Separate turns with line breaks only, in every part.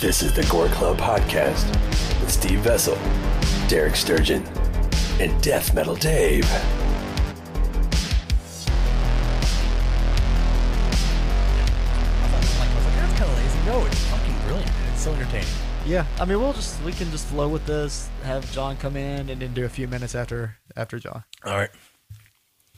This is the Gore Club Podcast with Steve Vessel, Derek Sturgeon, and Death Metal Dave.
That's kind of lazy. No, it's fucking brilliant. dude. It's so entertaining.
Yeah, I mean, we'll just we can just flow with this. Have John come in and then do a few minutes after after John.
All right.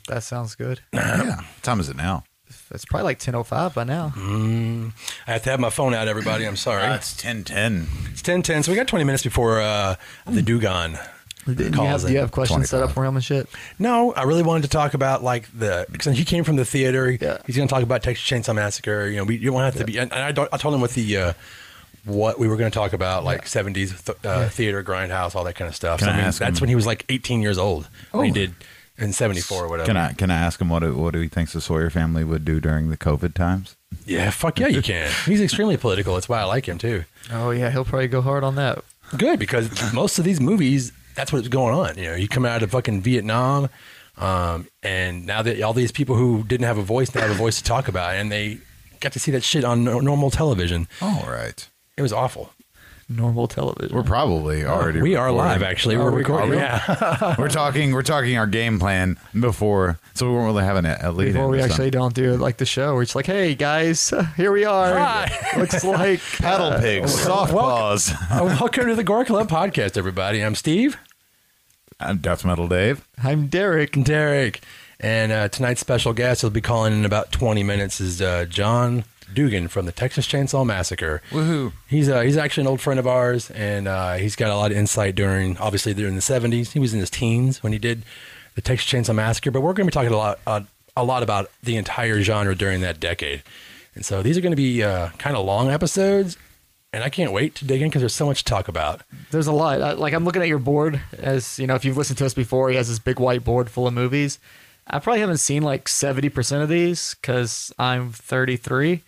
That sounds good.
Yeah. What time is it now?
It's probably like ten oh five by now.
Mm-hmm.
I have to have my phone out, everybody. I'm sorry.
Uh,
Uh,
it's ten ten.
it's 10 10, so we got 20 minutes before uh, the Dugon.
Didn't you
Calls
have,
it
do you have questions set up
25.
for him and shit?
No, I really wanted to talk about like the because he came from the theater.
Yeah.
He's going to talk about Texas Chainsaw Massacre. You know, we you don't have to be. And, and I, don't, I told him what the uh, what we were going to talk about, like 70s th- uh, theater, grindhouse, all that kind of stuff.
Can
so,
I
mean,
ask
that's
him-
when he was like 18 years old. When he
Oh.
did in 74 or whatever.
Can I can I ask him what it, what he thinks the Sawyer family would do during the COVID times?
Yeah, fuck yeah, you can. He's extremely political. That's why I like him too.
Oh yeah, he'll probably go hard on that.
good because most of these movies that's what's going on you know you come out of fucking vietnam um, and now that all these people who didn't have a voice now have a voice to talk about and they got to see that shit on no- normal television
All right,
it was awful
Normal television.
we're probably already
we are
recording.
live actually
Are
we're
we
recording
recording?
yeah
We're talking we're talking our game plan before, so we weren't really having a, a lead.
before
in
we
this
actually
time.
don't do like the show, we're just like, hey guys, here we are. Looks like
paddle pigs, soft
Welcome-
paws.
Oh, welcome to the gore club podcast everybody i'm steve
I'm Death Metal Dave.
I'm Derek.
and derek and uh, tonight's special guest who'll be calling in about 20 minutes is uh, john dugan from the texas chainsaw massacre
Woohoo!
He's uh, he's actually an old friend of ours, and uh, he's got a lot of insight during obviously during the seventies. He was in his teens when he did the Texas Chainsaw Massacre, but we're going to be talking a lot uh, a lot about the entire genre during that decade. And so these are going to be uh, kind of long episodes, and I can't wait to dig in because there's so much to talk about.
There's a lot. I, like I'm looking at your board as you know, if you've listened to us before, he has this big white board full of movies. I probably haven't seen like 70% of these because I'm 33,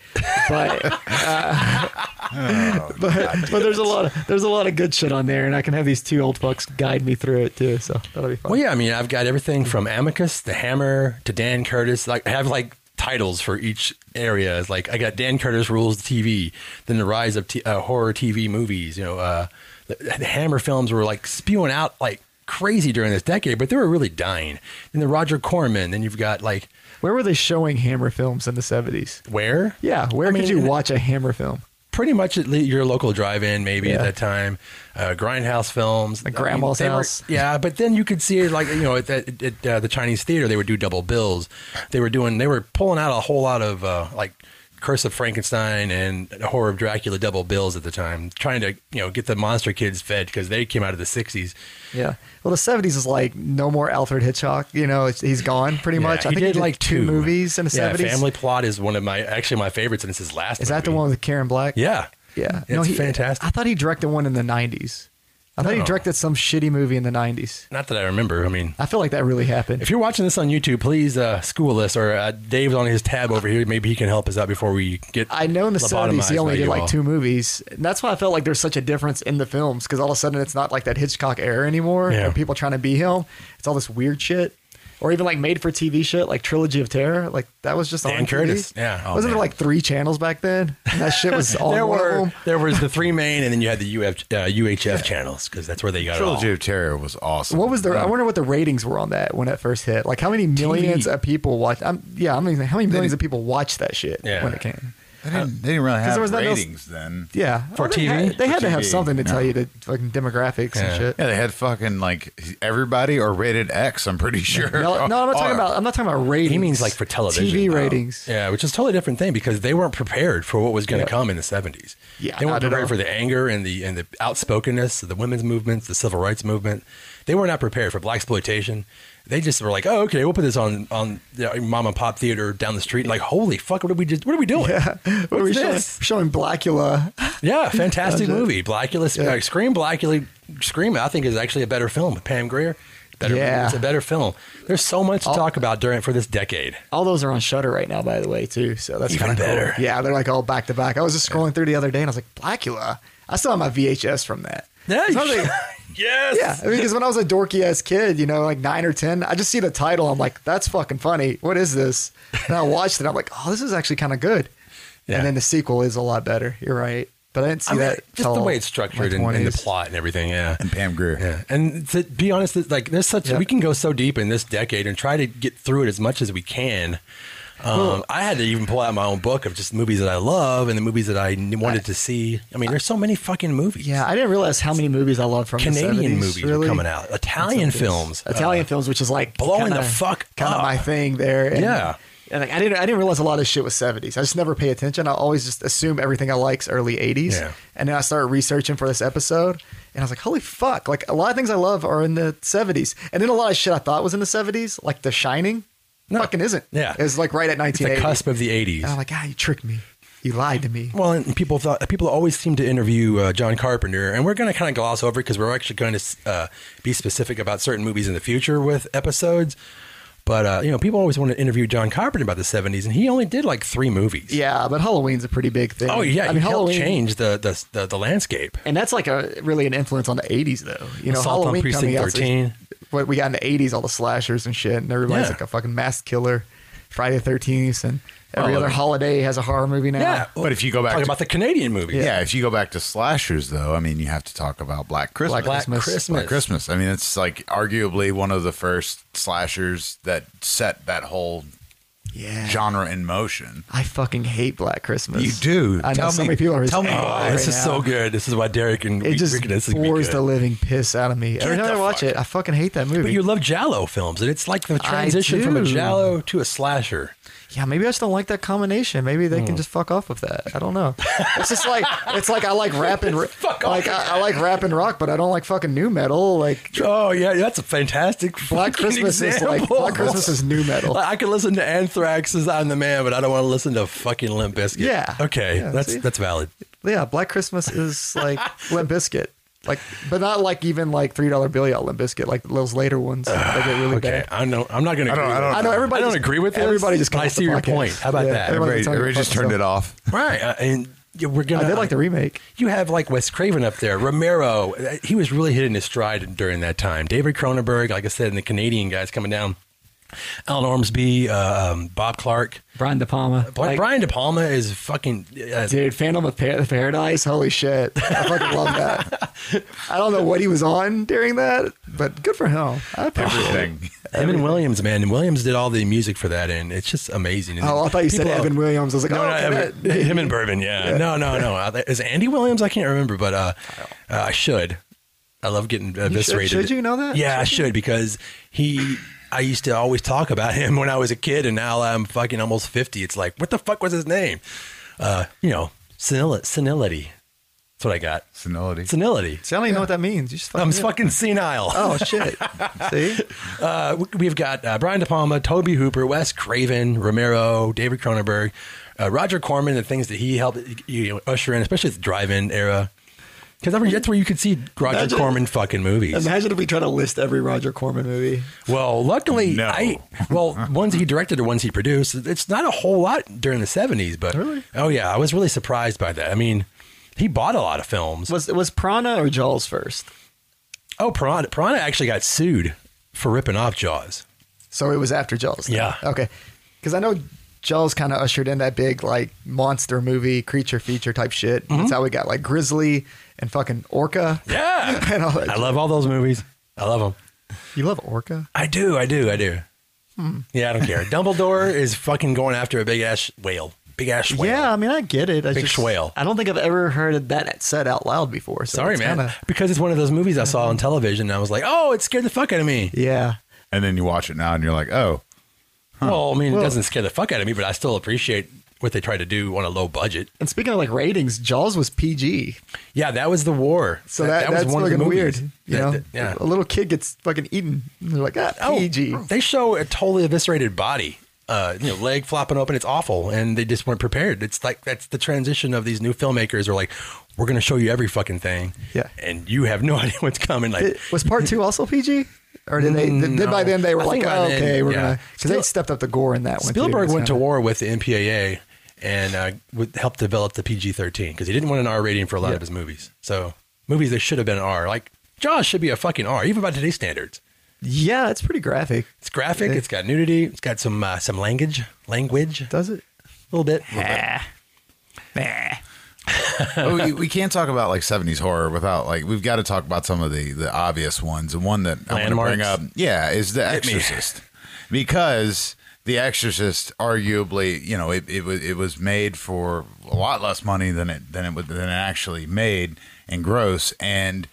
but uh, but, but there's a lot of there's a lot of good shit on there, and I can have these two old fucks guide me through it too. So that'll be fun.
Well, yeah, I mean, I've got everything from Amicus, The Hammer, to Dan Curtis. Like, I have like titles for each area. It's like I got Dan Curtis rules TV, then the rise of t- uh, horror TV movies. You know, uh, the, the Hammer films were like spewing out like crazy during this decade, but they were really dying. Then the Roger Corman. Then you've got like
Where were they showing Hammer films in the 70s?
where?
Yeah, where
I
could
mean,
you watch a Hammer film?
Pretty much at le- your local drive-in, maybe
Yeah.
at that time. Uh, grindhouse films,
Like Grandma's
they were-
House.
yeah, but then you could see it like you know at, at, at uh, the Chinese theater they would do double bills. They were doing they were pulling out a whole lot of uh, like Curse of Frankenstein and Horror of Dracula double bills at the time, trying to you know get the monster kids fed because they came out of the '60s.
Yeah. Well, the 70s is like no more Alfred Hitchcock. You know, it's, he's gone pretty
Yeah,
much. I think he did like two, movies in the
yeah,
70s.
Family Plot is one of my actually my favorites, and it's his last.
Is that the
movie.
one with Karen Black?
Yeah,
Yeah.
it's fantastic.
I thought he directed one in the 90s. I thought he
No.
directed some shitty movie in the 90s.
Not that I remember. I mean,
I feel like that really happened.
If you're watching this on YouTube, please uh, school us or uh, Dave's on his tab over here. Maybe he can help us out before we get.
I know in the 70s
lobotomized
he only
by
did
you
like
all.
two movies. And that's why I felt like there's such a difference in the films because all of a sudden it's not like that Hitchcock era anymore
Yeah.
or people trying to be him. It's all this weird shit. Or even like made for TV shit like Trilogy of Terror. Like that was just
Dan
on TV.
Curtis, yeah. Oh,
Wasn't
man.
there like three channels back then? And that shit was all
There
one of
were
them.
there was the three main, and then you had the UF, uh, UHF channels because that's where they got
Trilogy
it
of Terror was awesome.
What was their? I wonder what the ratings were on that when it first hit. Like how many millions of people watched? I'm, yeah, I mean, how many millions of people watched that shit
Yeah.
when it came?
They didn't, they didn't really
there
have
was nothing else-
ratings then.
Yeah,
For
Oh, they
TV?
had, they had
For
to have
TV,
something to
no.
tell you the fucking demographics
Yeah.
and shit.
Yeah, they had fucking like everybody or rated X. I'm pretty sure.
No, no, I'm not
Or-
talking about. I'm not talking about ratings.
He means like for television,
TV
though.
ratings.
all. Yeah, which is a totally different thing because they weren't prepared for what was going to
Yeah.
come in the '70s.
Yeah,
they weren't
not at
prepared
all.
for the anger and the and the outspokenness of the women's movement, the civil rights movement. They were not prepared for black exploitation. They just were like, "Oh, okay, we'll put this on on the mom and pop theater down the street." Like, holy fuck, what are we just? What are we doing?
What are we
What's
showing,
this?
showing Blackula?
Yeah, fantastic
That's it.
movie. Blackula, Sp-
Yeah.
uh, Scream, Blackula, Scream. I think is actually a better film. Pam Grier, better.
Yeah.
It's a better film. There's so much to talk about during for this decade.
All those are on Shutter right now, by the way, too. So that's
Even
kind of
better.
Cool. Yeah, they're like all back to back. I was just scrolling through the other day and I was like, Blackula. I still have my VHS from that.
Yeah,
It's not like-
yes.
Yeah, I mean, because when I was a dorky ass kid, you know, like nine or ten, I just see the title, I'm like, "That's fucking funny. What is this?" And I watched it, I'm like, "Oh, this is actually kind of good."
Yeah.
And then the sequel is a lot better. You're right. but I didn't see
I mean,
that.
just
till
the way it's structured
my
and, and the
20s.
plot and everything. Yeah.
and Pam Grier.
Yeah, and to be honest, it's like there's such
Yeah.
we can go so deep in this decade and try to get through it as much as we can. Um, I had to even pull out my own book of just movies that I love and the movies that I n- wanted to see. I mean, there's so many fucking movies.
Yeah, I didn't realize how many movies I love from the 70s,
Canadian movies
really.
were coming out, Italian films, Uh,
Italian films, which is like
blowing the fuck
kind of
up.
my thing there. And,
Yeah.
and like, I didn't I didn't realize a lot of shit was seventies. I just never pay attention. I always just assume everything I like's early eighties.
Yeah.
And then I started researching for this episode, and I was like, holy fuck! Like a lot of things I love are in the seventies, and then a lot of shit I thought was in the seventies, like The Shining, fucking isn't.
Yeah.
it's like right at
Uh,
nineteen
the
eighty.
cusp of the '80s.
And I'm like, ah, you tricked me. You lied to me.
Well, and people thought people always seem to interview uh, John Carpenter, and we're going to kind of gloss over because we're actually going to uh, be specific about certain movies in the future with episodes. But uh, you know, people always want to interview John Carpenter about the '70s, and he only did like three movies.
Yeah, but Halloween's a pretty big thing.
Oh yeah,
I mean
he helped
Halloween
change the the, the the landscape.
And that's like a really an influence on the '80s, though. You know,
Assault on
Halloween
Precinct
coming out.
13.
What we got in the '80s, all the slashers and shit, and everybody's
Yeah.
like a fucking masked killer. Friday the 13th, and every
Oh,
other
okay.
holiday has a horror movie now.
Yeah,
But if you go back
talking
to-
about the Canadian movie,
Yeah. if you go back to slashers, though, I mean, you have to talk about Black Christmas.
Black
Black
Christmas.
Christmas,
Black Christmas. I mean, it's like arguably one of the first slashers that set that whole
yeah.
genre in motion.
I fucking hate Black Christmas.
You do.
I know
Tell
so
me-
many people are.
tell me
angry
Oh,
why.
right
this is
now.
so good. This is why Derek and
It
we-
just
Rick- this is gonna be
bores
good.
the living piss out of me. Every
Get
time I
the
watch
fuck-
it, I fucking hate that movie.
But you love Jallo films, and it's like the
I
transition from a
do.
Jallo to a slasher.
yeah, maybe I just don't like that combination. Maybe they
Hmm.
can just fuck off with that. I don't know. It's just like it's like I like rap and
Fuck off
like
with
I, I like rap and rock, but I don't like fucking new metal. Like
Oh yeah, that's a fantastic
Black
fucking
Christmas is like
example.
Black Christmas is new metal.
Like, I can listen to Anthrax as I'm the man, but I don't want to listen to fucking Limp Bizkit.
Yeah.
Okay,
Yeah,
that's
see?
that's valid.
Yeah, Black Christmas is like Limp Bizkit. Like, but not like even like three dollar bill out Limp Bizkit. Like those later ones, they get really
Okay,
bad.
I know. I'm not going to.
I don't- I don't
I know everybody.
I don't
just-
agree with this,
everybody. Just
but I
comes off
see
the
your
podcast.
point. How about that?
everybody's talking
Everybody, everybody
about
just turned
themselves.
it off.
Right, uh, and yeah, we're gonna.
I did like the remake.
You have like Wes Craven up there, Romero. uh, He was really hitting his stride during that time. David Cronenberg, like I said, and the Canadian guys coming down. Alan Ormsby, uh, um, Bob Clark,
Brian De Palma.
Bla- Brian De Palma is fucking. Uh,
Dude, Phantom of Par- Paradise. Holy shit. I fucking love that. I don't know what he was on during that, but good for him. I appreciate it.
Everything.
Evan Williams, man, and Williams did all the music for that, and it's just amazing. And
Oh, I thought you said
people-
Evan Williams. I was like,
No,
oh,
no,
okay,
Evan-
that-
him and Bourbon, yeah. No, no, no. Uh, Is it Andy Williams? I can't remember, but uh, uh, I should. I love getting uh, eviscerated.
should you know that?
Yeah, I should because he. I used to always talk about him when I was a kid, and now I'm fucking almost fifty. It's like, what the fuck was his name? Uh, you know, senil- senility. That's what I got.
Senility.
Senility.
See, I don't even know what that means. You just fucking
I'm
knew it.
fucking senile.
Oh shit! See,
Uh, we- we've got uh, Brian De Palma, Toby Hooper, Wes Craven, Romero, David Cronenberg, uh, Roger Corman, the things that he helped you know, usher in, especially the drive-in era. Because that's where you could see Roger
Imagine-
Corman fucking movies.
imagine if we try to list every Roger Corman movie.
Well, luckily,
No.
I well ones he directed or ones he produced. It's not a whole lot during the seventies, but
Really?
oh yeah, I was really surprised by that. I mean, he bought a lot of films.
Was was Prana or Jaws first?
Oh, Piranha, Piranha actually got sued for ripping off Jaws.
So it was after Jaws. then.
Yeah.
Okay. Because I know Jaws kind of ushered in that big like monster movie creature feature type shit.
Mm-hmm.
That's how we got like Grizzly and fucking Orca.
Yeah,
And all that
I love all those movies. I love them.
You love Orca?
I do, I do, I do.
Hmm.
Yeah, I don't care. Dumbledore is fucking going after a big ass whale. Big ass whale.
Yeah, I mean I get it. I
Big
just,
swale.
I don't think I've ever heard that said out loud before. So
Sorry,
it's
man.
kinda- Uh-huh.
Because it's one of those movies I saw on television and I was like, oh, it scared the fuck out of me.
yeah.
And then you watch it now and you're like, oh,
Well, I mean,
Well-
it doesn't scare the fuck out of me, but I still appreciate what they tried to do on a low budget.
And speaking of like ratings, Jaws was PG.
Yeah, that was the war.
So that,
was
that's
one of the
fucking weird.
movies
You
that-
know,
that- yeah.
a little kid gets fucking eaten. And they're like, ah,
Oh,
PG.
They show a totally eviscerated body, uh, you know, leg flopping open. It's awful, and they just weren't prepared. It's like that's the transition of these new filmmakers. Are like, we're going to show you every fucking thing,
Yeah.
and you have no idea what's coming. Like,
Did- was part two also PG? Or did they? Did, did by
Mm, No.
then they were
I
like,
think by
oh,
then,
okay, we're
yeah.
gonna because they
Spiel-
stepped up the gore in that one. too.
Spielberg
It's
went to
kinda-
war with the MPAA and uh, would help develop the PG-13 because he didn't want an R rating for a lot
Yeah.
of his movies. So movies that should have been R, like Jaws, should be a fucking R, even by today's standards.
Yeah, it's pretty graphic.
It's graphic. It's got nudity. It's got some uh, some language, language, a
Does it?
little bit.
Nah. Nah.
But we, we can't talk about like 70s horror without like we've got to talk about some of the the obvious ones and one that I want to bring
Landmarks?
up yeah is The
Hit me.
Exorcist because The Exorcist arguably you know it it was it was made for a lot less money than it than it was than it actually made and gross and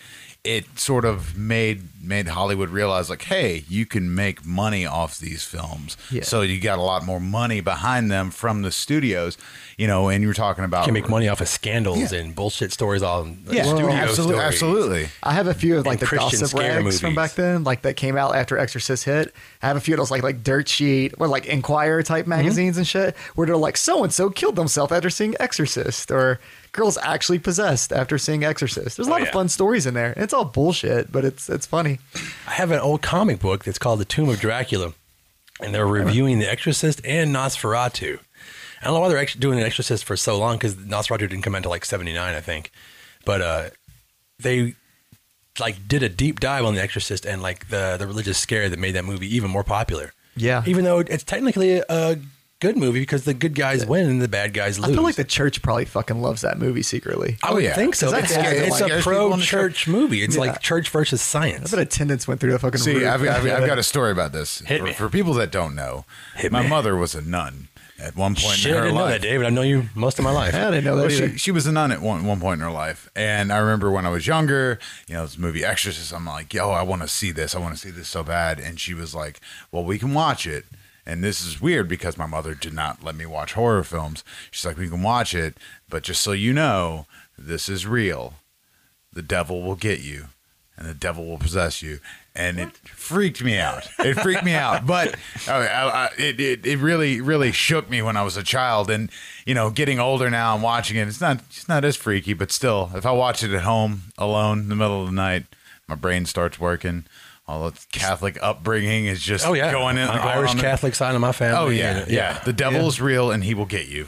it sort of made made Hollywood realize like hey you can make money off these films
Yeah.
so you got a lot more money behind them from the studios you know and you're talking about
Oh,
can make money off of scandals and bullshit stories on like,
yeah,
studio
absolutely,
stories.
absolutely.
I have a few of like the
Christian
gossip
scare
rags from
movies.
back then, like that came out after Exorcist hit. I have a few of those like like Dirt Sheet or like Inquirer type magazines and shit, where they're like so and so killed themselves after seeing Exorcist, or girls actually possessed after seeing Exorcist. There's a
Oh,
lot
yeah.
of fun stories in there. It's all bullshit, but it's it's funny.
I have an old comic book that's called The Tomb of Dracula, and they're reviewing The Exorcist and Nosferatu. I don't know why they're actually doing The Exorcist for so long because Nosferatu didn't come out until like '79, I think. But uh, they like did a deep dive on The Exorcist and like the the religious scare that made that movie even more popular.
Yeah.
even though it's technically a good movie because the good guys win and the bad guys
I
lose.
feel like the church probably fucking loves that movie secretly.
I would
Oh, yeah.
think so.
Does that
It's,
happen?
it's
Like,
a
there's people in the
pro-church movie. It's
Yeah.
like church versus
I
science.
bet attendance went through the fucking
See,
roof.
I've, I've, I've got a story about this.
Hit
for,
me.
for people that don't know,
Hit
my
me.
mother was a nun at one point
Shit,
in
I
her
didn't know
life.
that, David. I know you most of my life.
I didn't know that
Well,
either.
she, she was a nun at one, one point in her life. And I remember when I was younger, you know, this movie Exorcist, I'm like, yo, I want to see this. I want to see this so bad. And she was like, well, we can watch it. And this is weird because my mother did not let me watch horror films. She's like, we can watch it, but just so you know, this is real. The devil will get you and the devil will possess you. And it freaked me out. It freaked me out. But I, I, I, it, it, it really, really shook me when I was a child. And, you know, getting older now and watching it, it's not, it's not as freaky, but still, if I watch it at home alone in the middle of the night, my brain starts working. All the Catholic upbringing is just
Oh yeah,
going in.
I'm
going
Irish
on the-
Catholic side of my family.
Oh, yeah, yeah.
And,
The devil is real and he will get you.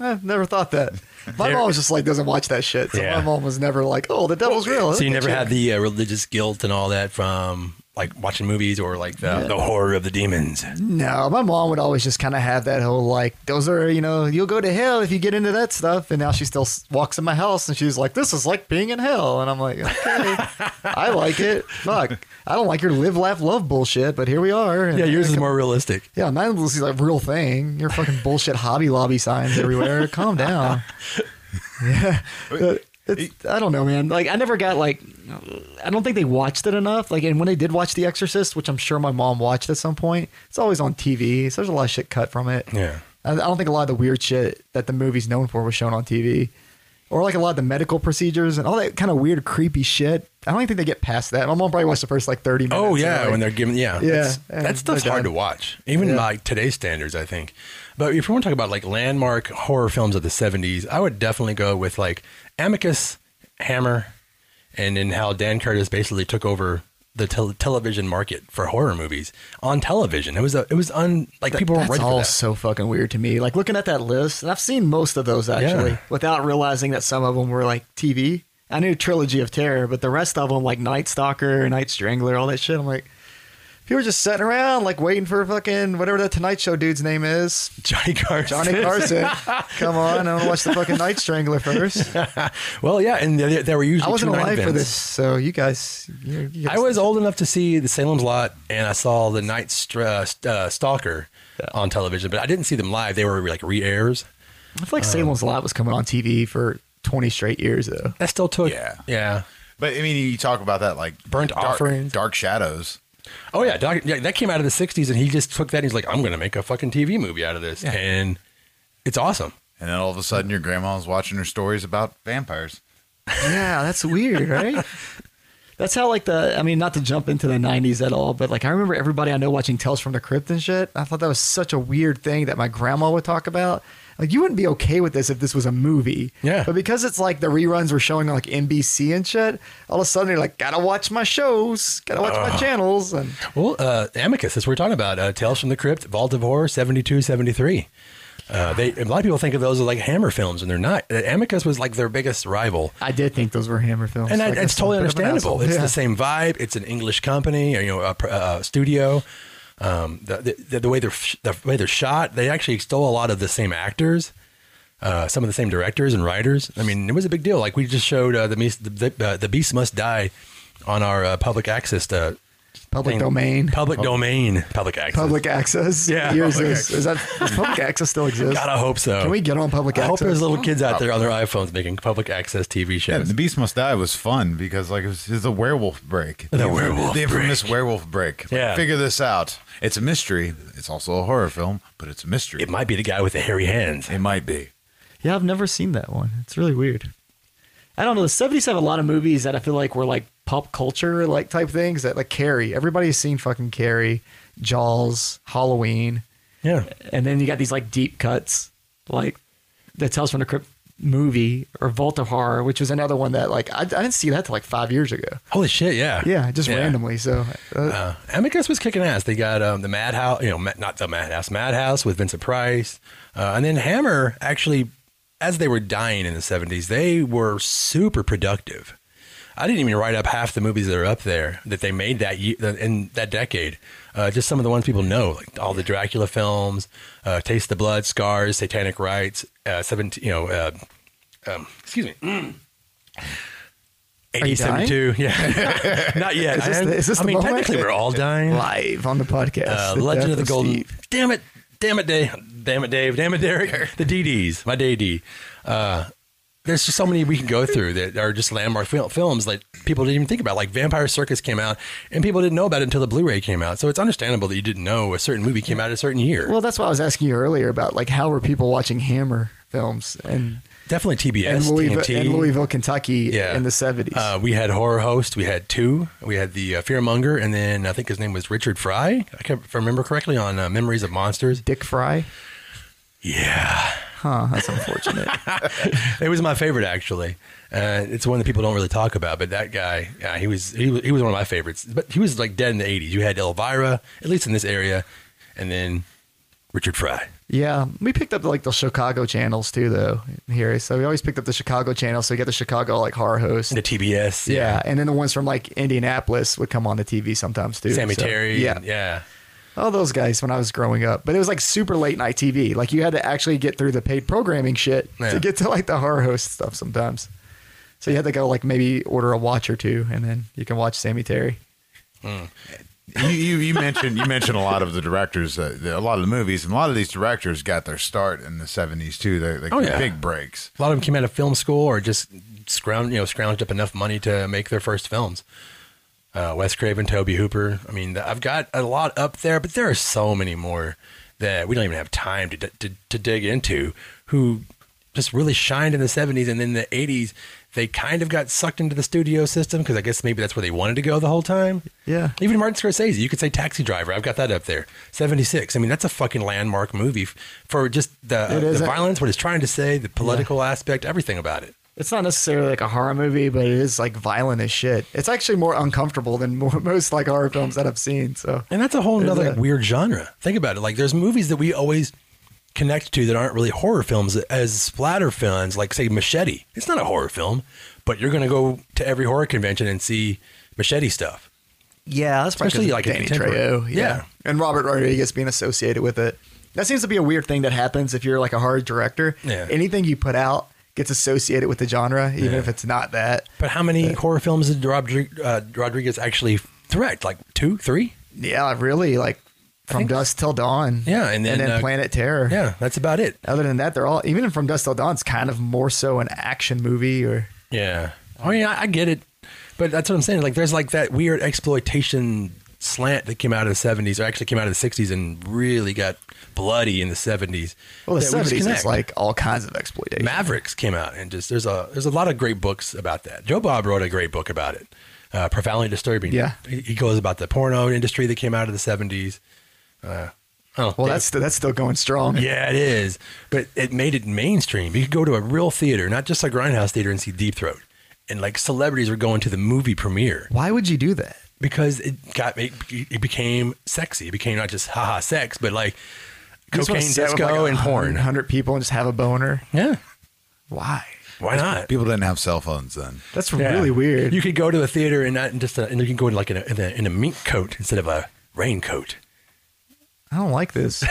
I've never thought that. My mom was just like doesn't watch that shit. So
Yeah.
my mom was never like, oh, the devil's real.
So you
Look
never
at
had the uh, religious guilt and all that from like watching movies or like the, the horror of the demons.
No, my mom would always just kind of have that whole like, those are, you know, you'll go to hell if you get into that stuff. And now she still s- walks in my house and she's like, this is like being in hell. And I'm like, okay, I like it. Fuck. I don't like your live, laugh, love bullshit, but here we are. And
Yeah, yours is more realistic.
Yeah, mine was like real thing. Your fucking bullshit Hobby Lobby signs everywhere. Calm down. Yeah. It's, I don't know, man. Like, I never got like, I don't think they watched it enough. Like, and when they did watch The Exorcist, which I'm sure my mom watched at some point, it's always on TV. So there's a lot of shit cut from it.
Yeah.
I, I don't think a lot of the weird shit that the movie's known for was shown on TV, or like a lot of the medical procedures and all that kind of weird, creepy shit. I don't think they get past that. My mom probably watched the first like 30 minutes.
Oh
and
yeah,
like-
when they're giving yeah,
Yeah,
that's-
and
that stuff's
they're
hard to
done.
watch, even by today's standards, I think. But if we want to talk about like landmark horror films of the '70s, I would definitely go with like Amicus, Hammer, and then how Dan Curtis basically took over the tel- television market for horror movies on television. It was a, it was un like people weren't
That's
ready
all
for that.
so fucking weird to me. Like looking at that list, and I've seen most of those actually,
Yeah.
without realizing that some of them were like TV. I knew Trilogy of Terror, but the rest of them like Night Stalker, Night Strangler, all that shit. I'm like, people were just sitting around like waiting for fucking whatever that Tonight Show dude's name is,
Johnny Carson.
Johnny Carson. Come on, I want to watch the fucking Night Strangler first.
well, yeah, and they, they were usually
I wasn't
two night
alive for
events.
this, so you guys, you, you guys
I was old enough to see the Salem's Lot, and I saw the Night Str- uh, St- uh, Stalker on television, but I didn't see them live. They were like re-airs.
I feel like Salem's Lot was coming on TV for 20 straight years though.
That still took.
Yeah.
Yeah.
But I mean, you talk about that like
Burnt
dark,
offerings.
dark shadows.
Oh yeah, Doc, yeah, that came out of the '60s, and he just took that. and He's like, I'm gonna make a fucking TV movie out of this, and it's awesome.
And then all of a sudden, your grandma's watching her stories about vampires.
Yeah, that's weird, right? That's how like the I mean, not to jump into the '90s at all, but like I remember everybody I know watching Tales from the Crypt and shit. I thought that was such a weird thing that my grandma would talk about. Like you wouldn't be okay with this if this was a movie,
Yeah.
But because it's like the reruns were showing on like NBC and shit, all of a sudden you're like, gotta watch my shows, gotta watch my channels, and
Well, uh, Amicus, as we're talking about, uh, Tales from the Crypt, Vault of Horror, '72, '73. Uh, they a lot of people think of those as like Hammer films, and they're not. Uh, Amicus was like their biggest rival.
I did think those were Hammer films,
and I,
Like,
it's
that's a
totally
bit of an
understandable.
asshole.
It's
Yeah.
the same vibe. It's an English company, or, you know, a, pr- a studio. Um, the, the the way they're sh- the way they're shot, they actually stole a lot of the same actors. uh, some of the same directors and writers. I mean, it was a big deal. Like we just showed uh, the Beast, the, the, uh, the Beast Must Die on our uh, public access uh,
Public
thing.
domain.
public domain, public access.
Public access.
Yeah,
Years
public
is, is that does public access still exists?
God, I hope so.
Can we get on public
I hope
access?
there's little kids out there on their iPhones making public access TV
Yeah,
shows.
the Beast Must Die was fun because like it was, it was a werewolf break. The,
werewolf
the infamous werewolf break. Like,
Yeah.
figure this out. It's a mystery. It's also a horror film, but it's a mystery.
It might be the guy with the hairy hands.
It might be.
Yeah, I've never seen that one. It's really weird. I don't know. The seventies have a lot of movies that I feel like were like pop culture like type things that like Carrie. Everybody's seen fucking Carrie, Jaws, Halloween,
Yeah.
and then you got these like deep cuts like the Tales from the Crypt movie or Vault of Horror, which was another one that like I, I didn't see that till like five years ago.
Holy shit! Yeah.
Yeah, just randomly. So uh,
Uh, Amicus was kicking ass. They got um, the Madhouse, you know, Ma- not the Madhouse, Madhouse with Vincent Price, uh, and then Hammer. Actually, as they were dying in the seventies, they were super productive. I didn't even write up half the movies that are up there that they made that year, in that decade. Uh, just some of the ones people know, like all the Dracula films, uh, Taste the Blood, Scars, Satanic Rites, uh, seventeen, you know, uh, um, excuse me.
you dying?
1872. Yeah. Not yet.
Is this
I,
the- is this
I
the
mean,
moment?
technically, we're all dying.
live on the podcast,
Uh,
The
Legend
Death
of the Golden.
Steve.
Damn it! Damn it, Dave! Damn it, Dave! Damn it, Derek! the DDs, my DD. Uh, there's just so many we can go through that are just landmark fil- films that people didn't even think about. Like Vampire Circus came out, and people didn't know about it until the Blu-ray came out. So it's understandable that you didn't know a certain movie came out a certain year.
Well, that's why I was asking you earlier about like how were people watching Hammer films and
Definitely TBS,
and Louisville,
TNT.
and Louisville, Kentucky
Yeah.
in the 70s.
Uh, we had horror host. We had two. We had the uh, Fearmonger, and then I think his name was Richard Fry. I can't if I remember correctly on uh, Memories of Monsters.
Dick Fry.
Yeah,
Huh, that's unfortunate.
it was my favorite actually. Uh, it's one that people don't really talk about, but that guy, yeah, he was he, was- he was one of my favorites. But he was like dead in the '80s. You had Elvira, at least in this area, and then Richard Fry.
yeah, we picked up like the Chicago channels too, though, here. So we always picked up the Chicago channel. So you get the Chicago like horror host.
The TBS,
yeah. and then the ones from like Indianapolis would come on the TV sometimes too.
Sammy
So,
Terry,
Yeah.
and- yeah.
All those guys when I was growing up. But it was like super late night TV. Like you had to actually get through the paid programming shit
Yeah.
to get to like the horror host stuff sometimes. So you had to go like maybe order a watch or two and then you can watch Sammy Terry.
you, you you mentioned you mentioned a lot of the directors, uh, the, a lot of the movies, and a lot of these directors got their start in the '70s too. They they
Oh, yeah.
big breaks.
A lot of them came out of film school or just scrounged, you know, scrounged up enough money to make their first films. Uh, Wes Craven, Toby Hooper. I mean, I've got a lot up there, but there are so many more that we don't even have time to to, to dig into. Who just really shined in the '70s and then the '80s. They kind of got sucked into the studio system because I guess maybe that's where they wanted to go the whole time.
Yeah.
Even Martin Scorsese, you could say Taxi Driver. I've got that up there. 76. I mean, that's a fucking landmark movie f- for just the,
It is
the
a-
violence, what it's trying to say, the political aspect, everything about it.
It's not necessarily like a horror movie, but it is like violent as shit. It's actually more uncomfortable than mo most like horror films that I've seen. So
And that's a whole
There's
nother
a-
like, weird genre. Think about it. Like, there's movies that we always connect to that aren't really horror films as splatter films, like, say, Machete. It's not a horror film, but you're going to go to every horror convention and see machete stuff.
yeah, that's
probably 'cause of
Danny
contemporary.
Trejo, yeah.
Yeah.
and Robert Rodriguez being associated with it. That seems to be a weird thing that happens if you're like a horror director.
Yeah.
Anything you put out gets associated with the genre, even
Yeah.
if it's not that.
But how many horror films did Rodri- uh, Rodriguez actually direct? Like, two, three?
Yeah, really, like from
think-
dusk till dawn.
Yeah, and then, uh,
Planet Terror.
Yeah, that's about it.
Other than that, they're all even from dusk till dawn's kind of more so an action movie or
Oh, Yeah. I mean, I, I get it, but that's what I'm saying. Like, there's like that weird exploitation slant that came out of the 70s, or actually came out of the 60s, and really got bloody in the 70s.
Well,
that we
the
just
seventies is
connect.
like all kinds of exploitation.
Mavericks came out, and just there's a there's a lot of great books about that. Joe Bob wrote a great book about it, uh, profoundly disturbing.
Yeah.
he, he goes about the porno industry that came out of the 70s. Uh, oh,
well,
yeah.
that's that's still going strong.
Yeah, it is. But it made it mainstream. You could go to a real theater, not just a grindhouse theater, and see Deep Throat. And like celebrities were going to the movie premiere
Why would you do that?
because it got it, it became sexy. It became not just haha sex, but like cocaine, disco, and porn.
Hundred people and just have a boner.
Yeah,
Why?
why not?
People didn't have cell phones then.
That's
Yeah.
really weird.
You could go to a theater and not and just a, and you can go in like in a, in a in a mink coat instead of a raincoat.
I don't like this.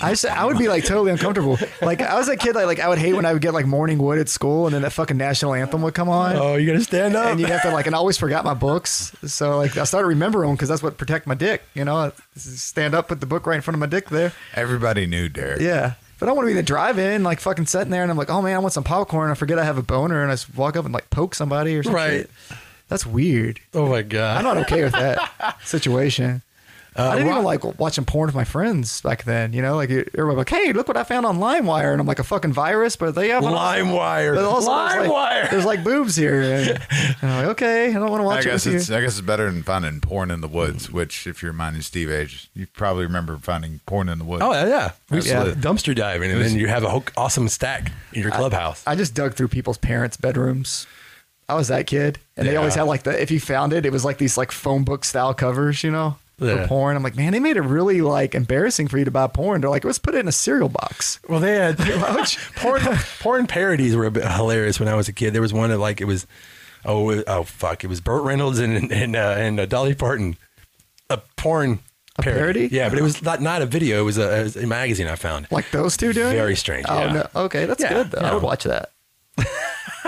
I just, I would be like totally uncomfortable. Like I was a kid, like, like I would hate when I would get like morning wood at school, and then that fucking national anthem would come on.
Oh, you gotta stand up.
and you have to like, and I always forgot my books, so like I started remembering them because that's what protect my dick. You know, stand up, put the book right in front of my dick there.
Everybody knew Derek.
Yeah. But I want to be in the drive-in, like fucking sitting there, and I'm like, oh man, I want some popcorn. I forget I have a boner, and I just walk up and like poke somebody or something.
Right.
That's weird.
oh my
I'm
god.
not okay with that situation.
Uh,
I didn't even like watching porn with my friends back then. You know, like e, everybody like, hey, look what I found on LimeWire, and I'm like a fucking virus, but they have
LimeWire.
But also there's, like,
LimeWire.
there's like boobs here, and, and I'm like, okay, I don't want to watch
I
it
guess
with you.
it's I guess it's better than finding porn in the
Mm.
woods, which if you're minding Steve Age, you probably remember finding porn in the woods.
Oh yeah, yeah. We used to
Absolutely.
dumpster diving, and then you have a whole awesome stack in your clubhouse.
I just dug through people's parents' bedrooms. I was that kid, and they always
Yeah.
had like the if you found it, it was like these like phone book style covers, you know,
Yeah.
for porn. I'm like, man, they made it really like embarrassing for you to buy porn. They're like, let's put it in a cereal box.
Well, they had porn. porn parodies were a bit hilarious when I was a kid. There was one of like it was, oh it- oh fuck, it was Burt Reynolds and and uh, and uh, Dolly Parton, a porn
A parody?
Yeah, but it was not not a video. It was a, it was a magazine I found.
Like those two doing
Very
it?
strange,
Oh
yeah.
no, okay, that's
Yeah,
good though. I
yeah.
would watch that.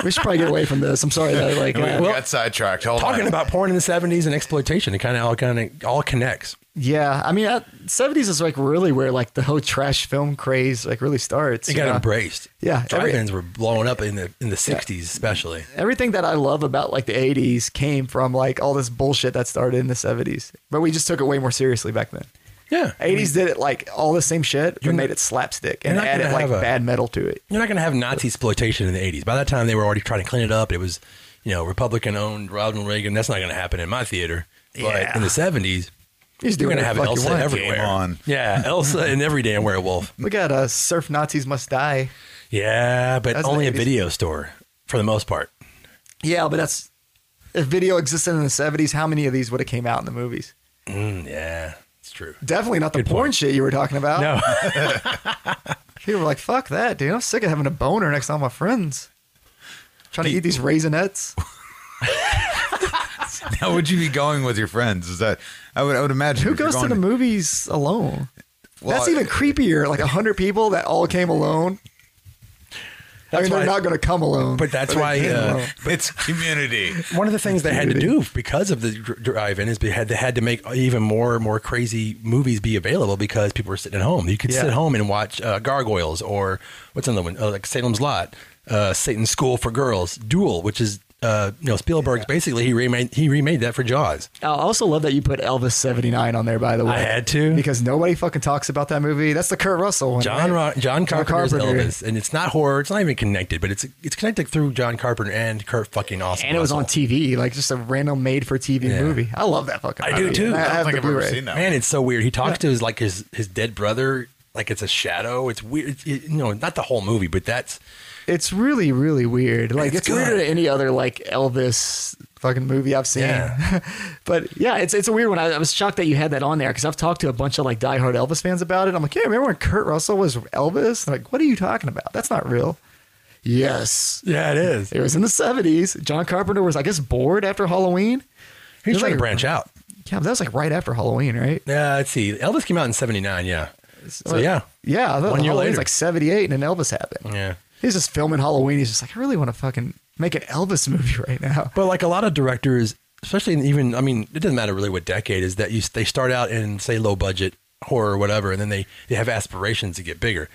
we should probably get away from this. I'm sorry that like
we
uh,
well-
got sidetracked. Hold
Talking
on.
about porn in the seventies and exploitation, it kind of all kind of all connects.
yeah. I mean, uh, 70s is like really where like the whole trash film craze like really starts.
It
you
got
know?
embraced.
Yeah, every-
drive-ins were blowing up in the in the sixties, especially.
everything that I love about like the 80s came from like all this bullshit that started in the 70s. But we just took it way more seriously back then.
Yeah,
80s did it like all the same shit, but made it slapstick and
you're not
added
gonna
like
have a-
bad metal to it.
You're not going to have Nazi exploitation in the 80s. By that time, they were already trying to clean it up. It was, you know, Republican owned Ronald Reagan. That's not going to happen in my theater. But
Yeah.
in the 70s,
He's
you're
doing
going
it
to have
fuck you
Elsa
want.
everywhere.
Game on.
Yeah, Elsa and every damn werewolf.
We got uh, Surf Nazis Must Die.
Yeah, but
That's the
only a
80s.
video store for the most part.
Yeah, but that's if video existed in the 70s, how many of these would have came out in the movies?
Mm, yeah, it's true.
Definitely not the porn shit you were talking about.
No.
People were like, fuck that, dude. I'm sick of having a boner next to all my friends. Trying to eat these raisinettes.
How would you be going with your friends? Is that I would I would imagine
Who
if you're
goes to
going
the movies alone?
Well,
That's even creepier. Like a hundred people that all came alone. I
That's
mean, they're
why-
not going to come alone.
But that's
they
why,
came
uh,
alone.
It's community.
One of the things they had to do because of the dr- drive-in is they had, they had to make even more more crazy movies be available because people were sitting at home. You could
Yeah.
sit home and watch uh, Gargoyles or what's another one uh, like Salem's Lot, uh, Satan's School for Girls, Duel, which is uh, you know Spielberg's basically he remade he remade that for Jaws.
I also love that you put Elvis seventy nine on there. By the way,
I had to.
because nobody fucking talks about that movie. That's the Kurt Russell one.
John
right?
Ro- John Carpenter's
Carpenter.
Elvis, and it's not horror. It's not even connected, but it's it's connected through John Carpenter and Kurt fucking Awesome.
and it was on
Russell.
TV, like just a random made for TV
Yeah.
movie. I love that fucking.
I do
movie.
too.
And
I
I,
don't
have
think
the
I've ever
Blu-ray.
seen that.
Man, it's so weird. He talks to his like his his dead brother like it's a shadow. It's weird. It's, it, you know, not the whole movie, but that's
It's really, really weird. Like
It's
it's, weirder
good.
than any other like Elvis fucking movie I've seen.
Yeah.
but yeah, it's it's a weird one. I, I was shocked that you had that on there because I've talked to a bunch of like diehard Elvis fans about it. I'm like, yeah, remember when Kurt Russell was Elvis? They're like, what are you talking about? That's not real. Yes.
yeah, it is.
It was in the 70s. John Carpenter was, I guess, bored after Halloween.
He's
They're
trying
like-
to branch out.
Yeah, but that was like right after Halloween, right?
Yeah, let's see. Elvis came out in '79. Yeah, so yeah,
Yeah. I thought
One year
Halloween
later.
was like 78 and then Elvis happened.
yeah.
He's just filming Halloween. He's just like, I really want to fucking make an Elvis movie right now.
But like a lot of directors, especially in even I mean, it doesn't matter really what decade is that you they start out in say low budget horror or whatever, and then they they have aspirations to get bigger.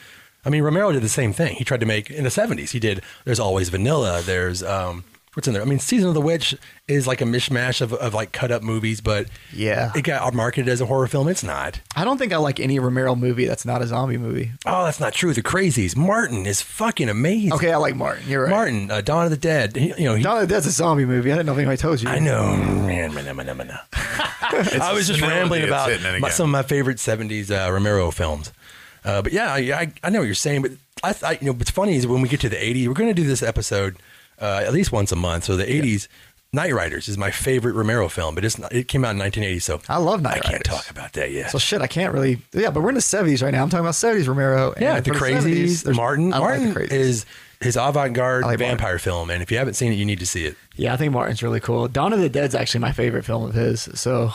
I mean, Romero did the same thing. He tried to make in the '70s. He did. There's always Vanilla. There's um, what's in there. I mean, Season of the Witch is like a mishmash of of like cut up movies, but
Yeah.
it got marketed as a horror film. It's not.
I don't think I like any Romero movie that's not a zombie movie.
Oh, that's not true. The Crazies. Martin is fucking amazing.
Okay, I like Martin. You're right.
Martin, uh, Dawn of the Dead. He, you know, he,
Dawn of the Dead's a zombie movie. I didn't know if anybody told you.
I know, man. man, man, man, man, man. I was just
melody
rambling
that's
about
hitting it
my,
again.
some of my favorite '70s uh, Romero films. Uh, but yeah, I, I, I know what you're saying. But I, I, you know, what's funny is when we get to the '80s, we're going to do this episode uh, at least once a month. So the '80s, Night Riders is my favorite Romero film, but it's not, it came out in 1980. So
I love Night
I can't
Riders.
talk about that yet.
So shit, I can't really. Yeah, but we're in the 70s right now. I'm talking about 70s Romero. and
yeah, the
for
Crazies,
70s, there's-
Martin.
I like
Martin
The Crazies.
is his avant-garde
I like Martin.
vampire film, and if you haven't seen it, you need to see it.
Yeah, I think Martin's really cool. Dawn of the Dead's actually my favorite film of his. So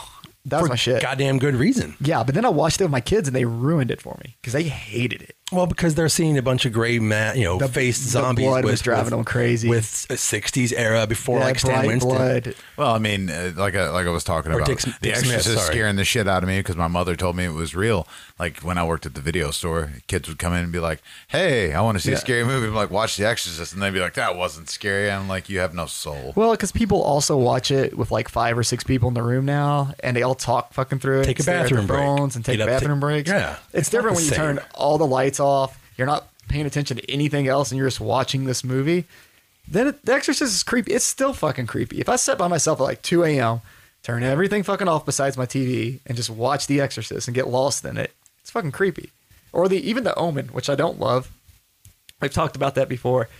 That was my shit.
goddamn good reason.
Yeah, but then I watched it with my kids and they ruined it for me because they hated it.
Well, because they're seeing a bunch of gray, ma- you know, faced zombies.
blood
with,
was driving
with-
them crazy.
with a '60s era before
Yeah,
like Stan
bright
Winston.
blood.
Well, I mean, uh, like I, like I was talking about,
Dick-
the
Dick Smith,
Exorcist
sorry.
scaring the shit out of me because my mother told me it was real. Like when I worked at the video store, kids would come in and be like, "Hey, I want to see
Yeah.
a scary movie." I'm like, "Watch The Exorcist," and they'd be like, "That wasn't scary." I'm like, "You have no soul."
Well, because people also watch it with like five or six people in the room now, and they all talk fucking through it.
Take a
and stare at their
bathroom break.
phones And take
Get up,
bathroom
take-
breaks.
Yeah.
it's different
It's
when
not
you
the same.
turn all the lights off. You're not paying attention to anything else, and you're just watching this movie. Then it, The Exorcist is creepy. It's still fucking creepy. If I sat by myself at like 2 a.m., turn everything fucking off besides my TV, and just watch The Exorcist and get lost in it, it's fucking creepy. Or the even the Omen, which I don't love. I've talked about that before.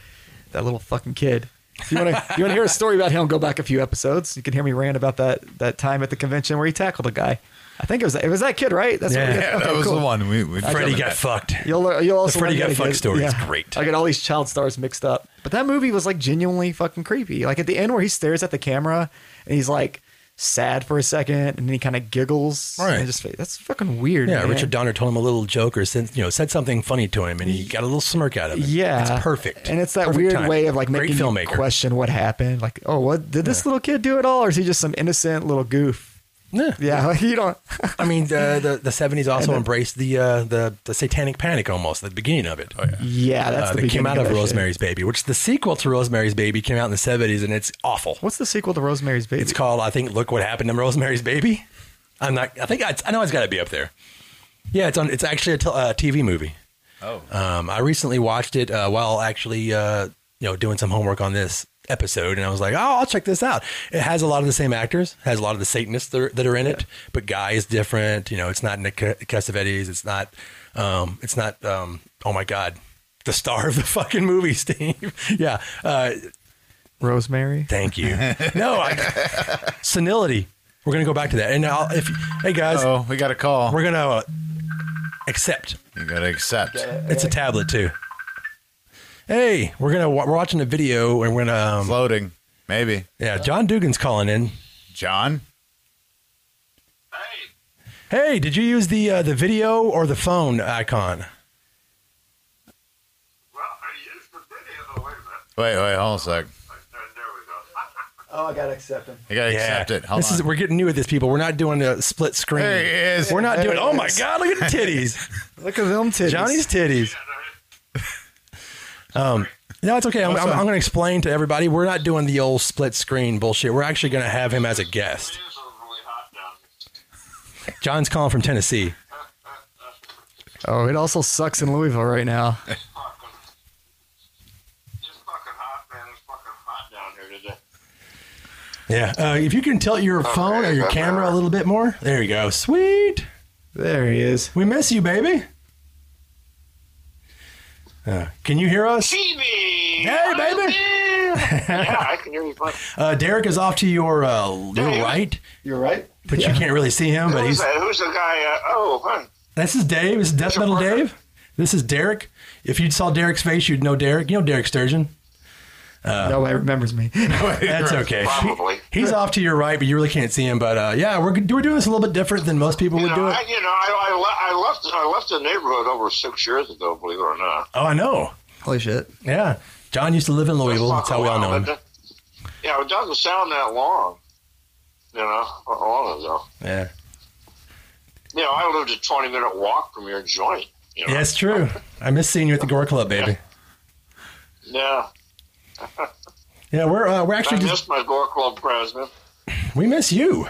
That little fucking kid. If you want to, you want to hear a story about him? Go back a few episodes. You can hear me rant about that that time at the convention where he tackled a guy. I think it was it was that kid, right? That's
Yeah.
what
Yeah, that was the one we, we
Freddy got
covered that.
fucked.
You'll you'll also
The Freddy
learn
Got
that
Fucked
again.
story is great.
I get all these child stars mixed up, but that movie was like genuinely fucking creepy. Like at the end where he stares at the camera and he's like sad for a second, and then he kind of giggles. and
Right.
I just that's fucking weird.
Yeah,
man.
Richard Donner told him a little joke or sent, you know said something funny to him, and he got a little smirk out of it.
Yeah,
it's perfect,
And it's that
Perfect
weird
time.
way of like
Great
making you
filmmaker.
question what happened. Like, oh, what did this little kid do at all, or is he just some innocent little goof?
Yeah.
Yeah, like, you don't.
I mean, the the, the '70s also embraced the uh, the the Satanic Panic almost at the beginning of it. Oh yeah.
Yeah, that's
uh, that
the
came
beginning
out of
that shit.
Rosemary's Baby, which the sequel to Rosemary's Baby came out in the 70s, and it's awful.
What's the sequel to Rosemary's Baby?
It's called, I think, Look What Happened to Rosemary's Baby. I'm not, I think, it's, I know it's got to be up there. Yeah, it's on, it's actually a tel- uh, TV movie.
Oh,
Um, I recently watched it uh, while actually, uh, you know, doing some homework on this episode, and I was like, oh, I'll check this out. It has a lot of the same actors, has a lot of the Satanists that are, that are in it, but Guy is different. You know, it's not Nick Cassavetes. It's not, um, it's not. Um, oh my God, the star of the fucking movie, Steve. yeah, uh,
Rosemary.
thank you. no, I, senility. We're gonna go back to that, and I'll, if hey guys,
oh, we got a call.
we're gonna uh, accept.
You gotta accept.
It's a tablet too. Hey, we're gonna wa- we're watching a video and we're gonna um,
Floating, maybe.
yeah. John Dugan's calling in.
John,
Hey,
Hey, did you use the uh, the video or the phone icon?
well, I used the video. Oh, wait a minute.
wait, wait, hold on a sec.
Like, There, there we go.
Oh, I gotta accept him.
You gotta accept it. Hold
this
on.
is we're getting new at this, people. We're not doing a split screen.
there he is.
We're not
There
doing.
it
Oh my
is.
God! Look at the titties,
Look at them titties.
Johnny's titties.
And I,
No, it's okay. I'm, I'm,
fine.
I'm going to explain to everybody. We're not doing the old split screen bullshit. We're actually going to have him as a guest.
it is overly hot down here.
John's calling from Tennessee.
Oh, it also sucks in Louisville right now.
It's fucking, it's fucking hot, man. It's fucking hot down here today.
Yeah. Uh, if you can tilt your phone or your camera a little bit more. There you go. Sweet.
There he is.
We miss you, baby. Uh, can you hear us?
Phoebe!
Hey, baby.
yeah, I can hear you fine.
Uh, Derek is off to your uh, your
Hey.
right,
You're right.
but you can't really see him. But
Who's
he's
that? Who's the guy? Uh, oh, huh.
this is Dave. This is Death Metal
brother.
Dave. This is Derek. If you saw Derek's face, you'd know Derek. You know Derek Sturgeon.
Nobody remembers me.
That's okay.
Probably.
He- he's off to your right, but you really can't see him. But uh, yeah, we're we're doing this a little bit different than most people
You
would
know,
do it.
I, you know I, I, le- I left I left the neighborhood over six years ago, believe it or not.
Oh, I know.
Holy shit.
Yeah, John used to live in Louisville. That's how we all know him.
uh, Yeah, it doesn't sound that long, you know, or long ago.
Yeah,
You know, I lived a 20 minute walk from your joint. You know?
yeah, it's true. I miss seeing you at the Gore Club, baby.
Yeah.
Yeah, we're uh, we're
I
actually just
missed my Gore Club president.
We miss you.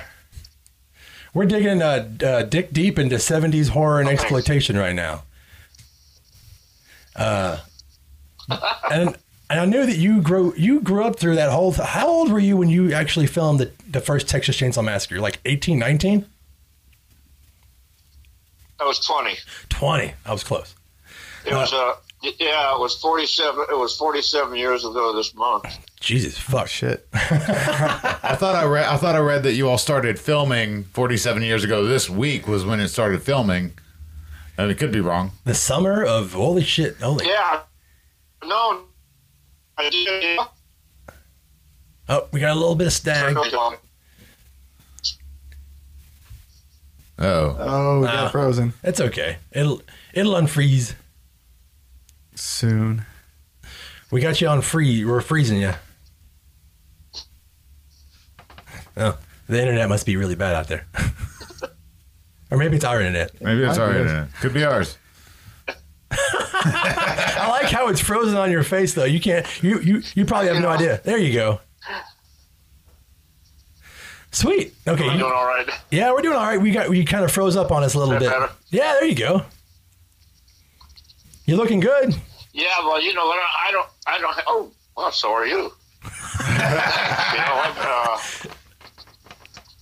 We're digging uh, d- uh, dick deep into 70s horror and exploitation right now. Uh, and and I knew that you grew you grew up through that whole. Th- How old were you when you actually filmed the, the first Texas Chainsaw Massacre? You're Like 18, 19,
I was 20.
20. I was close.
It was, uh, y- yeah, it was 47. It was 47 years ago this month.
Jesus fuck.
Shit.
I thought I read. I thought I read that you all started filming 47 years ago. This week was when it started filming. I mean, it could be wrong.
The summer of holy shit. Holy.
Yeah. No. I did.
Oh, we got a little bit of stag.
Oh,
Oh, we got
Ah.
frozen
It's okay. It'll it'll unfreeze.
soon.
We got you on free. We're freezing you. Oh, the internet must be really bad out there. or maybe it's our internet.
maybe it's
I
our
think
internet. Could be ours.
I like how it's frozen on your face though. You can't. You you you probably have no idea. There you go. Sweet. Okay.
I'm
you-
doing all right.
yeah, we're doing all right. We got we kind of froze up on us a little
Is
bit.
that better?
Yeah, there you go. You're looking good.
Yeah, well, you know what? I don't. I don't. Oh, well, so are you. you know, I've, uh,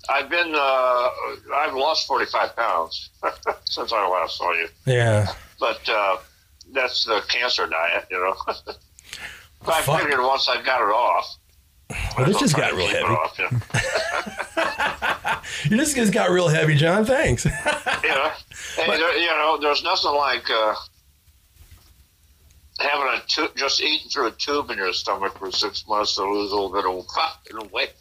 I've been. Uh, I've lost forty-five pounds since I last saw you.
Yeah.
but uh, that's the cancer diet, you know. I
Fuck.
figured once I got it off.
Well, this
I'll
just got
try to
real
keep it
heavy.
off, you know.
You just just got real heavy, John. Thanks.
you know, hey, there, you know, there's nothing like uh, having a tube, just eating through a tube in your stomach for six months to lose a little bit of fucking weight.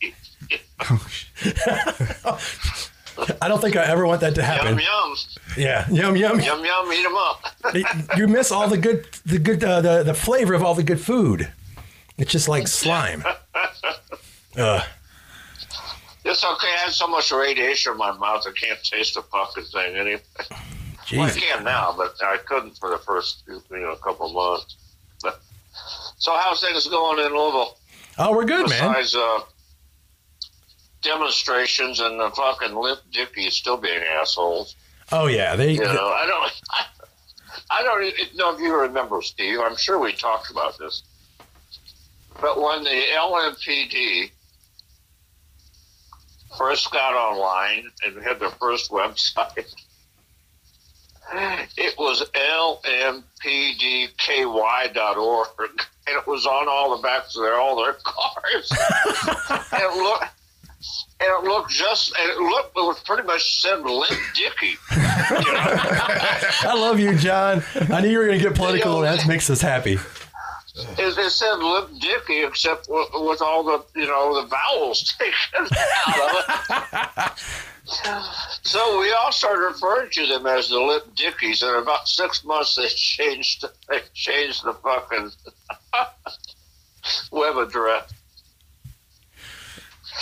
I don't think I ever want that to
Yum
happen.
yums,
Yeah. Yum yum.
yum yum, eat 'em up.
you miss all the good the good uh, the the flavor of all the good food. It's just like slime. Uh,
It's okay. I had so much radiation in my mouth, I can't taste the fucking thing anymore. Well, I
Jesus.
can now, but I couldn't for the first you know couple of months. But so how's things going in Louisville?
Oh, we're good, man.
Besides uh, demonstrations and the fucking limp dickies still being assholes,
Oh yeah, they.
you know. I don't. I, don't even know if you remember, Steve. I'm sure we talked about this. But when the LMPD first got online and had their first website, it was lmpdky.org. And it was on all the backs of their, all their cars. and it looked. And it looked just, and it looked, it was pretty much said Limp Dicky. You know?
I love you, John. I knew you were gonna get political. and That makes us happy.
It, it said Limp Dicky, except with, with all the you know the vowels taken out of it. so we all started referring to them as the Limp Dickies, and in about six months they changed they changed the fucking web address.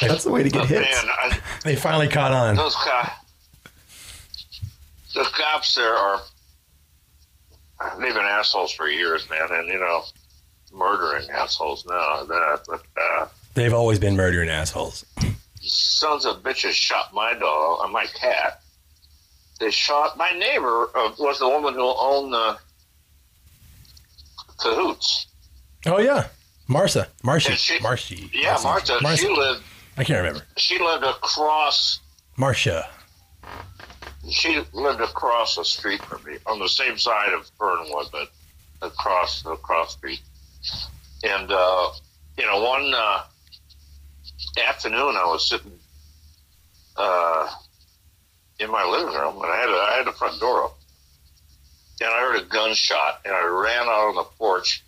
That's the way to get
But
hits.
Oh, man, I,
They finally caught on.
those cops, the cops there are they've been assholes for years, man, and you know murdering assholes now. That but. Uh,
They've always been murdering assholes.
sons of bitches shot my dog and my cat. They shot my neighbor uh, was the woman who owned the cahoots.
Oh yeah, Marcia, Marcy,
Yeah, she-
Marcy.
Yeah, Martha. She lived.
I can't remember.
She lived across.
Marcia.
She lived across the street from me, on the same side of Fernwood, but across the cross street. And uh, you know, one uh, afternoon I was sitting uh, in my living room, and I had a, I had the front door open, and I heard a gunshot, and I ran out on the porch,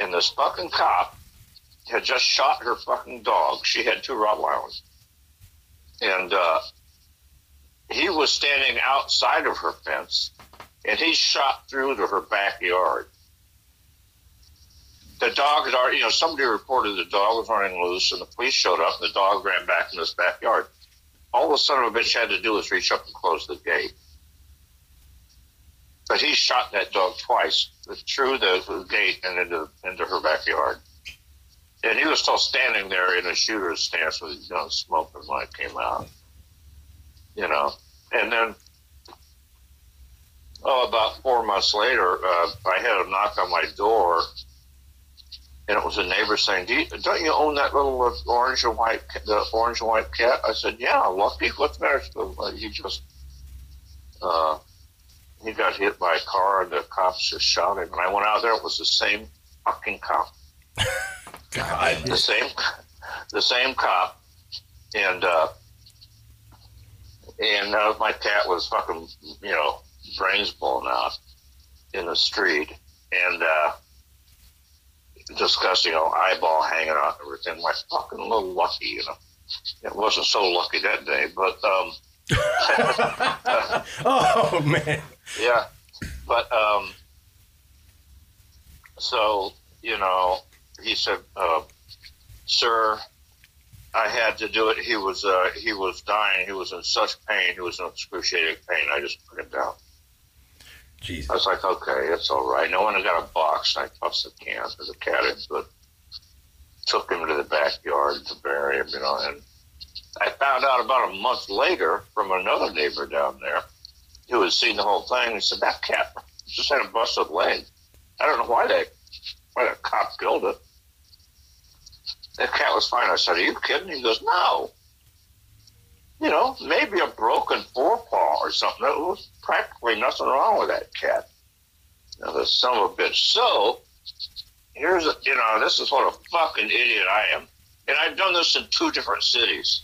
and this fucking cop had just shot her fucking dog. She had two Rottweilers, and uh, he was standing outside of her fence, and he shot through to her backyard. The dog had already, you know, somebody reported the dog was running loose, and the police showed up, and the dog ran back in this backyard. All the son of a bitch had to do was reach up and close the gate. But he shot that dog twice, through the gate and into into her backyard. And he was still standing there in a shooter's stance with his gun smoking when it came out. You know, and then, oh, about four months later, uh, I had a knock on my door, and it was a neighbor saying, Do you, "Don't you own that little uh, orange and white, ca- the orange and white cat?" I said, "Yeah, Lucky. What's the matter?" She goes, "Well, He just, uh, he got hit by a car, and the cops just shot him. And I went out there. It was the same fucking cop
God.
the same the same cop and uh and uh, my cat was fucking you know brains blown out in the street and uh disgusting you know eyeball hanging out and everything my fucking little lucky you know it wasn't so lucky that day but um
Oh man.
yeah. But um, so you know, he said, uh, "Sir, I had to do it." He was uh, he was dying. He was in such pain. He was in excruciating pain. I just put him down. I
Jesus.
was like, "Okay, that's all right." No one had got a box. And I tossed the can to the cat into it. Took him to the backyard to bury him, you know. And I found out about a month later from another neighbor down there who had seen the whole thing. And he said, "That cat just had a busted leg. I don't know why they why the cop killed it. That cat was fine." I said, "Are you kidding?" He goes, "No." You know, maybe a broken forepaw or something. There was practically nothing wrong with that cat. Now, the son of a bitch. So, here's, a, you know, this is what a fucking idiot I am. And I've done this in two different cities.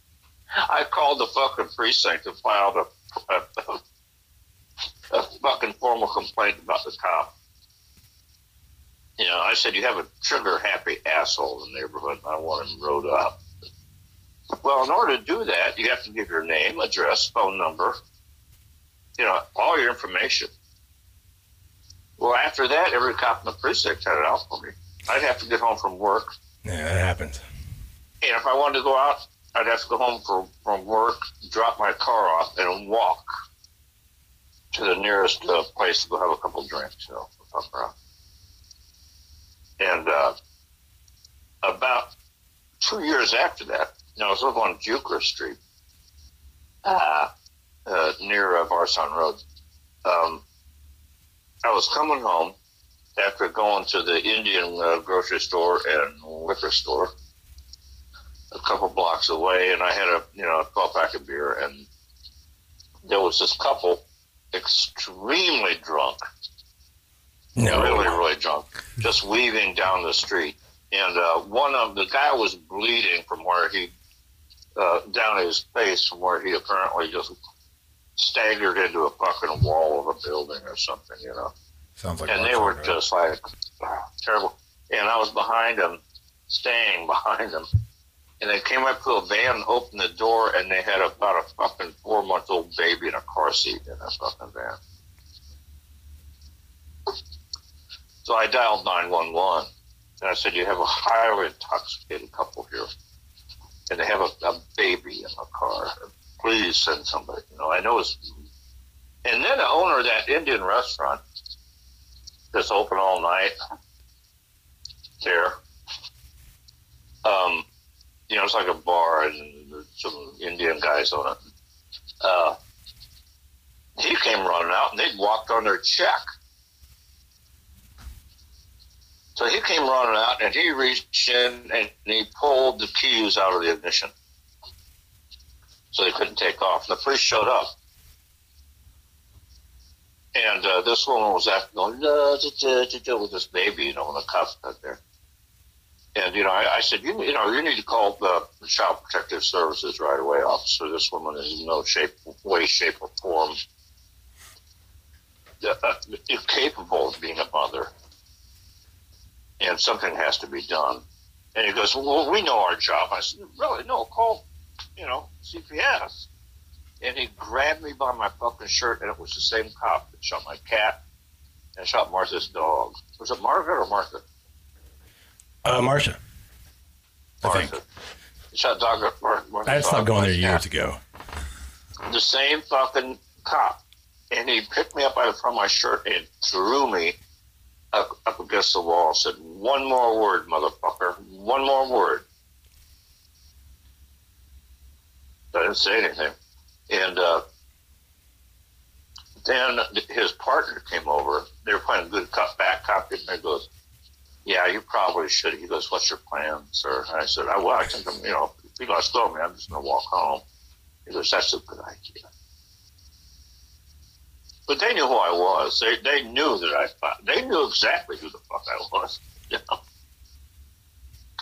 I called the fucking precinct and filed a, a, a fucking formal complaint about the cop. You know, I said, you have a trigger happy asshole in the neighborhood, and I want him rode up. Well, in order to do that, you have to give your name, address, phone number, you know, all your information. Well, after that, every cop in the precinct had it out for me. I'd have to get home from work
Yeah, that happens.
and if I wanted to go out, I'd have to go home from, from work, drop my car off, and walk to the nearest uh, place to go have a couple drinks, you know, if I'm around. And uh, about two years after that, you know, I was living on Euclid Street, uh, uh, near uh, Varson Road. Um, I was coming home after going to the Indian uh, grocery store and liquor store a couple blocks away, and I had a you know a twelve pack of beer, and there was this couple, extremely drunk, really really drunk, just weaving down the street, and uh, one of the guy was bleeding from where he uh, down his face from where he apparently just staggered into a fucking wall of a building or something, you know
Sounds like
and
Mark
they were
Zuckerberg.
just like wow, terrible. And I was behind them, staying behind them. And they came up to a van, opened the door, and they had about a fucking four month old baby in a car seat in a fucking van. So I dialed 911 and I said, You have a highly intoxicated couple here, and they have a, a baby in the car. Please send somebody. You know, I know it's. And then the owner of that Indian restaurant that's open all night there. Um, you know, it's like a bar and there's some Indian guys on it. Uh, he came running out and they'd walked on their check. So he came running out and he reached in and he pulled the keys out of the ignition. So they couldn't take off. And the police showed up. And uh, this woman was after going, no, da, da, da, da, with this baby, you know, when the cops got there. And, you know, I, I said, you, you know, you need to call the Child Protective Services right away, officer. This woman is in no shape, way, shape, or form uh, incapable of being a mother. And something has to be done. And he goes, well, we know our job. I said, really? No, call, you know, CPS and he grabbed me by my fucking shirt, and it was the same cop that shot my cat and shot Martha's dog. Was it Margaret or Martha?
Uh, Marsha, I think.
Martha. He shot dog at Mar- Martha's
I
dog.
stopped going there
Yeah.
years ago.
The same fucking cop. And he picked me up by the front of my shirt and threw me up, up against the wall. and Said, one more word, motherfucker. One more word. I didn't say anything. And uh, then his partner came over. They were playing good cop, bad cop. And he goes, yeah, you probably should. He goes, what's your plan, sir? And I said, I, well, I think I'm, you know, if you're going to stone me, I'm just going to walk home. He goes, that's a good idea. But they knew who I was. They, they knew that I fought. They knew exactly who the fuck I was. You know?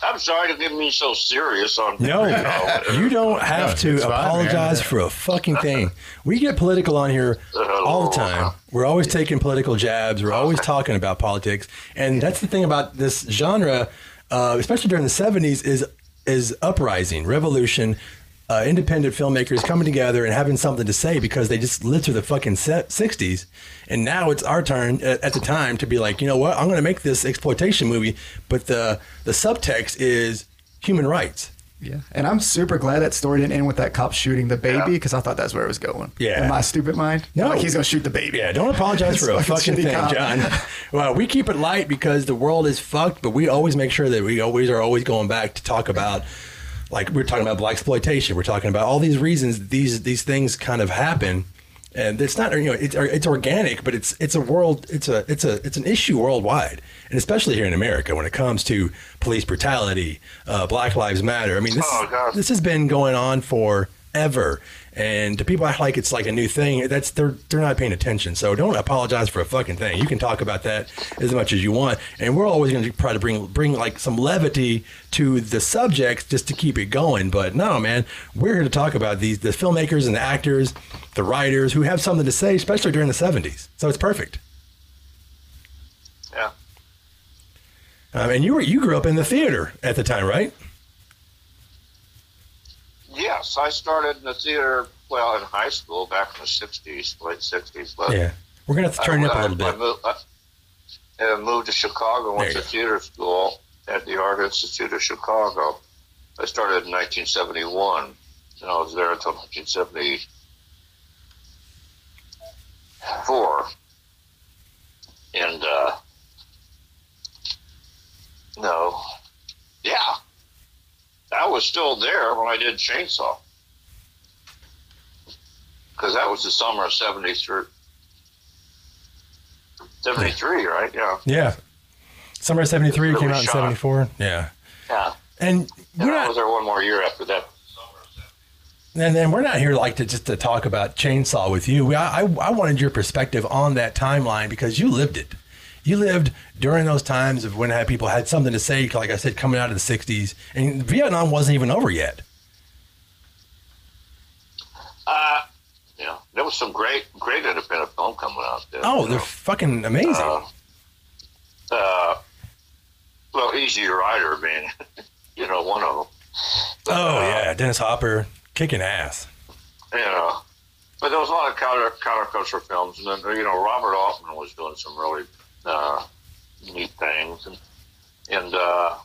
I'm sorry to get me so serious on.
No,
you know,
you don't have
No,
to
it's fine, man.
apologize for a fucking thing. We get political on here all the time. We're always taking political jabs. We're always talking about politics, and that's the thing about this genre, uh, especially during the '70s, is is uprising, revolution, uh, independent filmmakers coming together and having something to say because they just lived through the fucking se- 60s. And now it's our turn at, at the time to be like, you know what? I'm going to make this exploitation movie, but the, the subtext is human rights.
Yeah, and I'm super glad that story didn't end with that cop shooting the baby because I thought that's where it was going.
Yeah.
in my stupid mind.
No.
like he's gonna shoot the baby.
Yeah, don't apologize for a
It's
fucking
fucking
thing,
shitty cop.
John. Well, we keep it light because the world is fucked, but we always make sure that we always are always going back to talk about like we're talking about black exploitation. We're talking about all these reasons these these things kind of happen. And it's not you know it's it's organic, but it's it's a world it's a it's a it's an issue worldwide, and especially here in America when it comes to police brutality, uh, Black Lives Matter. I mean, this
Oh, God.
this has been going on forever. And to people act like it's like a new thing, that's they're they're not paying attention. So don't apologize for a fucking thing. You can talk about that as much as you want, and we're always going to try to bring bring like some levity to the subject just to keep it going. But no, man, we're here to talk about these the filmmakers and the actors, the writers who have something to say, especially during the '70s. So it's perfect.
Yeah.
Um, and you were you grew up in the theater at the time, right?
Yes, I started in the theater, well, in high school back in the 60s, late 60s. But
Yeah, we're gonna have to turn
I,
it up a
I-
little bit.
I moved, I, and I moved to Chicago, went
There you
to
go.
theater school at the Art Institute of Chicago. I started in 1971, and I was there until 1974. And, uh, no, yeah, I was still there when I did Chainsaw. Because that was the summer of 73. 73, right? Yeah.
Yeah. Summer of 73
Really
came out in
shocked.
74. Yeah.
Yeah.
And
And
we're
I was
not,
there one more year after that.
and then we're not here like to just to talk about chainsaw with you. We, I, I I wanted your perspective on that timeline because you lived it. You lived during those times of when had people had something to say, like I said, coming out of the '60s, and Vietnam wasn't even over yet.
Uh, yeah. There was some great, great independent film coming out there.
Oh,
you
they're
know.
fucking amazing.
Uh, uh, well, Easy Rider being, you know, one of them.
oh yeah, Dennis Hopper kicking ass.
you know. But there was a lot of counter counterculture films, and then you know Robert Altman was doing some really uh, neat things, and and uh,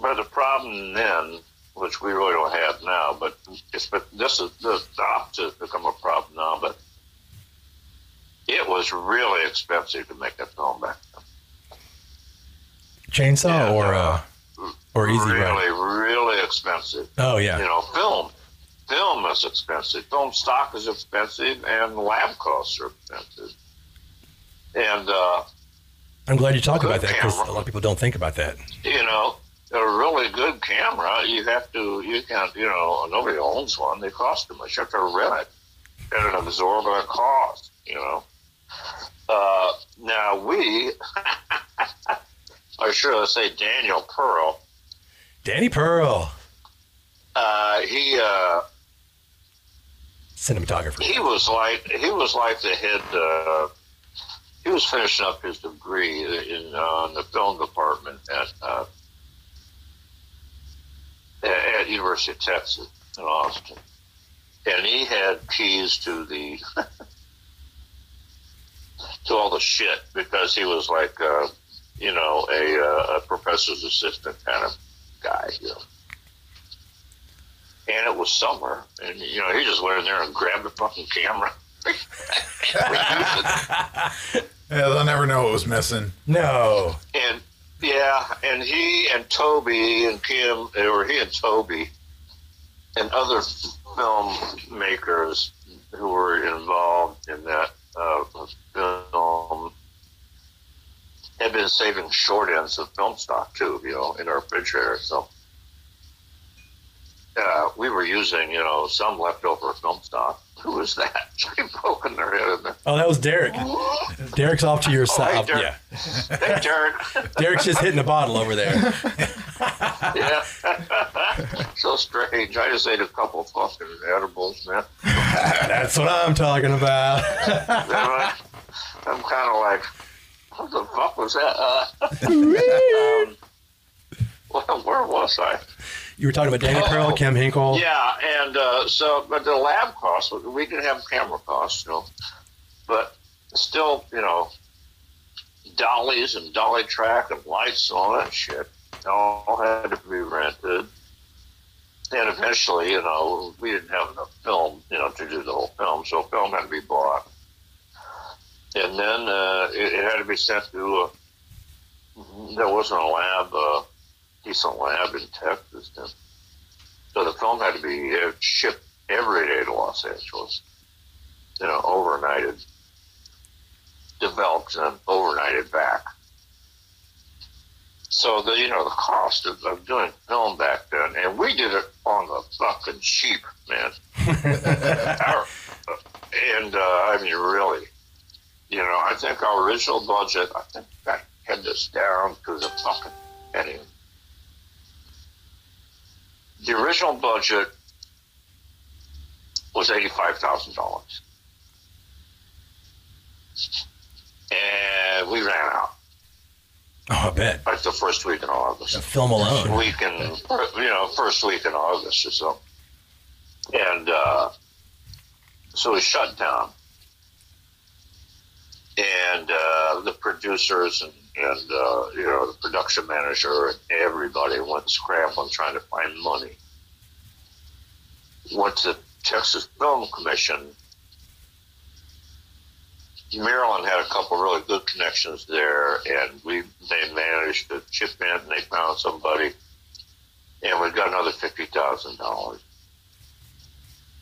but the problem then, which we really don't have now, but it's but this is this the opposite has become a problem now, but it was really expensive to make that film back then.
Chainsaw
Yeah,
or uh,
uh,
or Easy
really,
Rider.
really expensive
Oh yeah,
you know, film. Film is expensive. Film stock is expensive, and lab costs are expensive. And uh,
I'm glad you talk about that because
camera.
a lot of people don't think about that.
you know, a really good camera, you have to, you can't, you know, nobody owns one. They cost too much. You have to rent it at an exorbitant cost, you know. Uh, now we, or should I say, Daniel Pearl.
Danny Pearl,
Uh, he. Uh,
cinematographer.
he was like he was like the head. Uh, he was finishing up his degree in, uh, in the film department at uh, at at University of Texas in Austin, and he had keys to the to all the shit because he was like uh, you know a, uh, a professor's assistant kind of guy, you know and it was summer, and you know he just went in there and grabbed the fucking camera.
Yeah, they'll never know what was missing.
No.
and yeah, and he and Toby and Kim, or he and Toby, and other filmmakers who were involved in that uh, film had been saving short ends of film stock too, you know, in our refrigerator. So uh, we were using, you know, some leftover film stock. Who was that? She broke in their head. in there.
Oh, that was Derek. Derek's off to your side.
Oh, hey,
off-
Derek.
yeah.
Hey, Derek.
Derek's just hitting the bottle over there.
yeah. so strange. I just ate a couple of fucking edibles, man.
That's what I'm talking about.
Then I, I'm kind of like, what the fuck was that? Uh, um, well, where was I?
You were talking about Danny Pearl, Cam Hinkle.
Yeah, and uh, so, but the lab costs, we could have camera costs, you know, but still, you know, dollies and dolly track and lights and all that shit all had to be rented. And eventually, you know, we didn't have enough film, you know, to do the whole film, so film had to be bought. And then uh, it, it had to be sent to a, there wasn't a lab, uh, decent lab in Texas. Then. So the film had to be uh, shipped every day to Los Angeles, you know, overnighted, developed and overnighted back. So the you know the cost of, of doing film back then, and we did it on the fucking cheap, man. Our- and uh, I mean, really, you know, I think our original budget, I think I had this down to the fucking penny the original budget was eighty-five thousand dollars, and we ran out
Oh, I bet.
like the first week in August.
The film alone.
Week in, you know, first week in August or so, and uh, so we shut down. And uh, the producers and, and uh, you know the production manager and everybody went scrambling trying to find money. Went to the Texas Film Commission. Maryland had a couple really good connections there, and we they managed to chip in and they found somebody, and we got another fifty thousand dollars.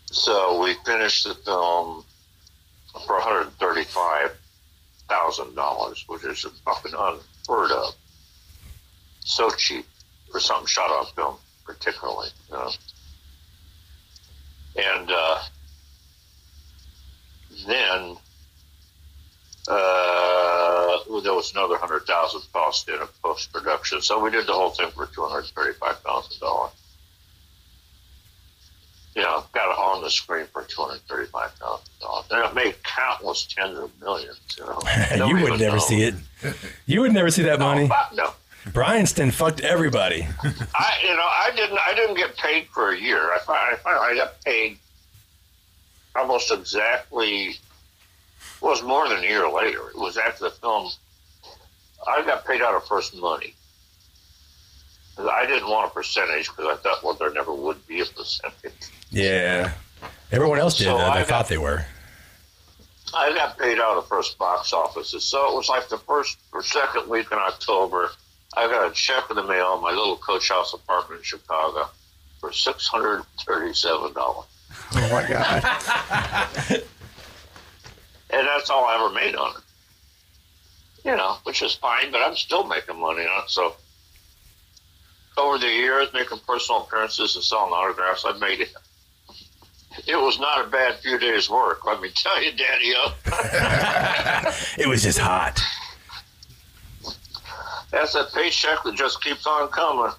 So we finished the film for one hundred thirty-five thousand dollars, which is fucking unheard of. So cheap for some shot-off film, particularly. You know? And uh, then uh, there was another hundred thousand cost in of post production. So we did the whole thing for two hundred thirty-five thousand dollars. You know, got it on the screen for two hundred thirty-five thousand dollars, and it made countless tens of millions. You know,
you would never see it. You would never see that money.
no,
Bryanston fucked everybody.
I you know I didn't I didn't get paid for a year. I fi- I finally got paid almost exactly. It was more than a year later. It was after the film. I got paid out of first money. 'Cause I didn't want a percentage because I thought, well, there never would be a percentage.
Yeah. Everyone else did.
So
though.
I
They
got-
thought they were.
I got paid out of the first box offices. So it was like the first or second week in October. I got a check in the mail, my little coach house apartment in Chicago, for six hundred and thirty-seven dollars.
Oh my god!
and that's all I ever made on it. You know, which is fine, but I'm still making money on it. So over the years, making personal appearances and selling autographs, I made it. It was not a bad few days' work, let me tell you, Daddy.
It was just hot.
That's a paycheck that just keeps on coming.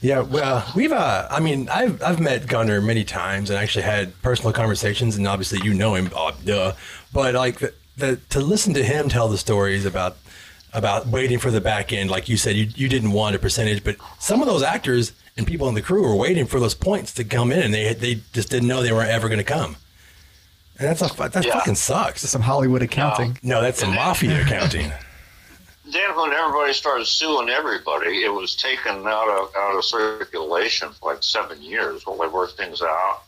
Yeah, well, we've. Uh, I mean, I've I've met Gunner many times and actually had personal conversations, and obviously you know him, uh, duh. But like the, the to listen to him tell the stories about about waiting for the back end, like you said, you you didn't want a percentage, but some of those actors and people in the crew were waiting for those points to come in, and they they just didn't know they were ever going to come. And that's a fu- that
Yeah.
fucking sucks.
Some Hollywood accounting.
No, that's some mafia accounting.
Then when everybody started suing everybody, it was taken out of out of circulation for like seven years while they worked things out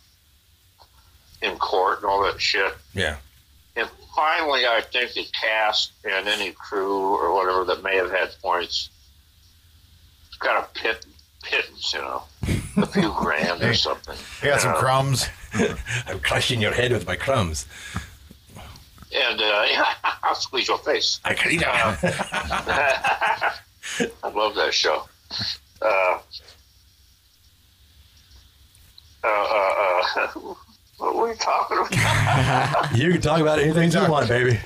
in court and all that shit.
Yeah,
And finally, I think the cast and any crew or whatever that may have had points got a pit, pittance, you know, a few grand or something.
I
Uh,
got some
you know.
crumbs.
I'm crushing your head with my crumbs.
And uh, I'll squeeze your face. Uh,
I can eat it.
I love that show. Uh, uh, uh, uh, what were we talking about?
You can talk about anything you want, baby.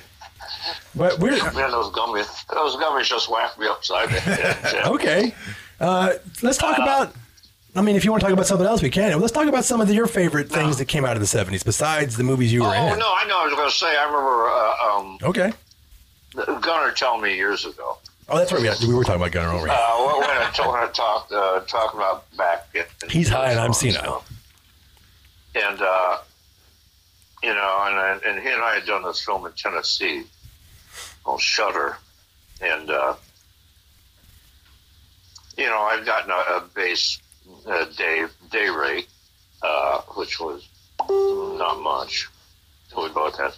But we're
Man, those gummies, those gummies just whacked me upside the head. Yeah.
okay. Uh, let's talk about. I mean, if you want to talk about something else, we can. Let's talk about some of your favorite things that came out of the '70s, besides the movies you were
Oh
in.
no, I know. I was going to say. I remember
Okay.
uh, um, Gunner telling me years ago.
Oh, that's right. We, we were talking about Gunner already.
Uh, wait, wait a I told her I talked uh, talking about back. in-
He's high and I'm senile.
And uh, you know, and and he and I had done this film in Tennessee called Shutter, and uh, you know, I've gotten a, a base uh, day day rate, uh, which was not much. We both had,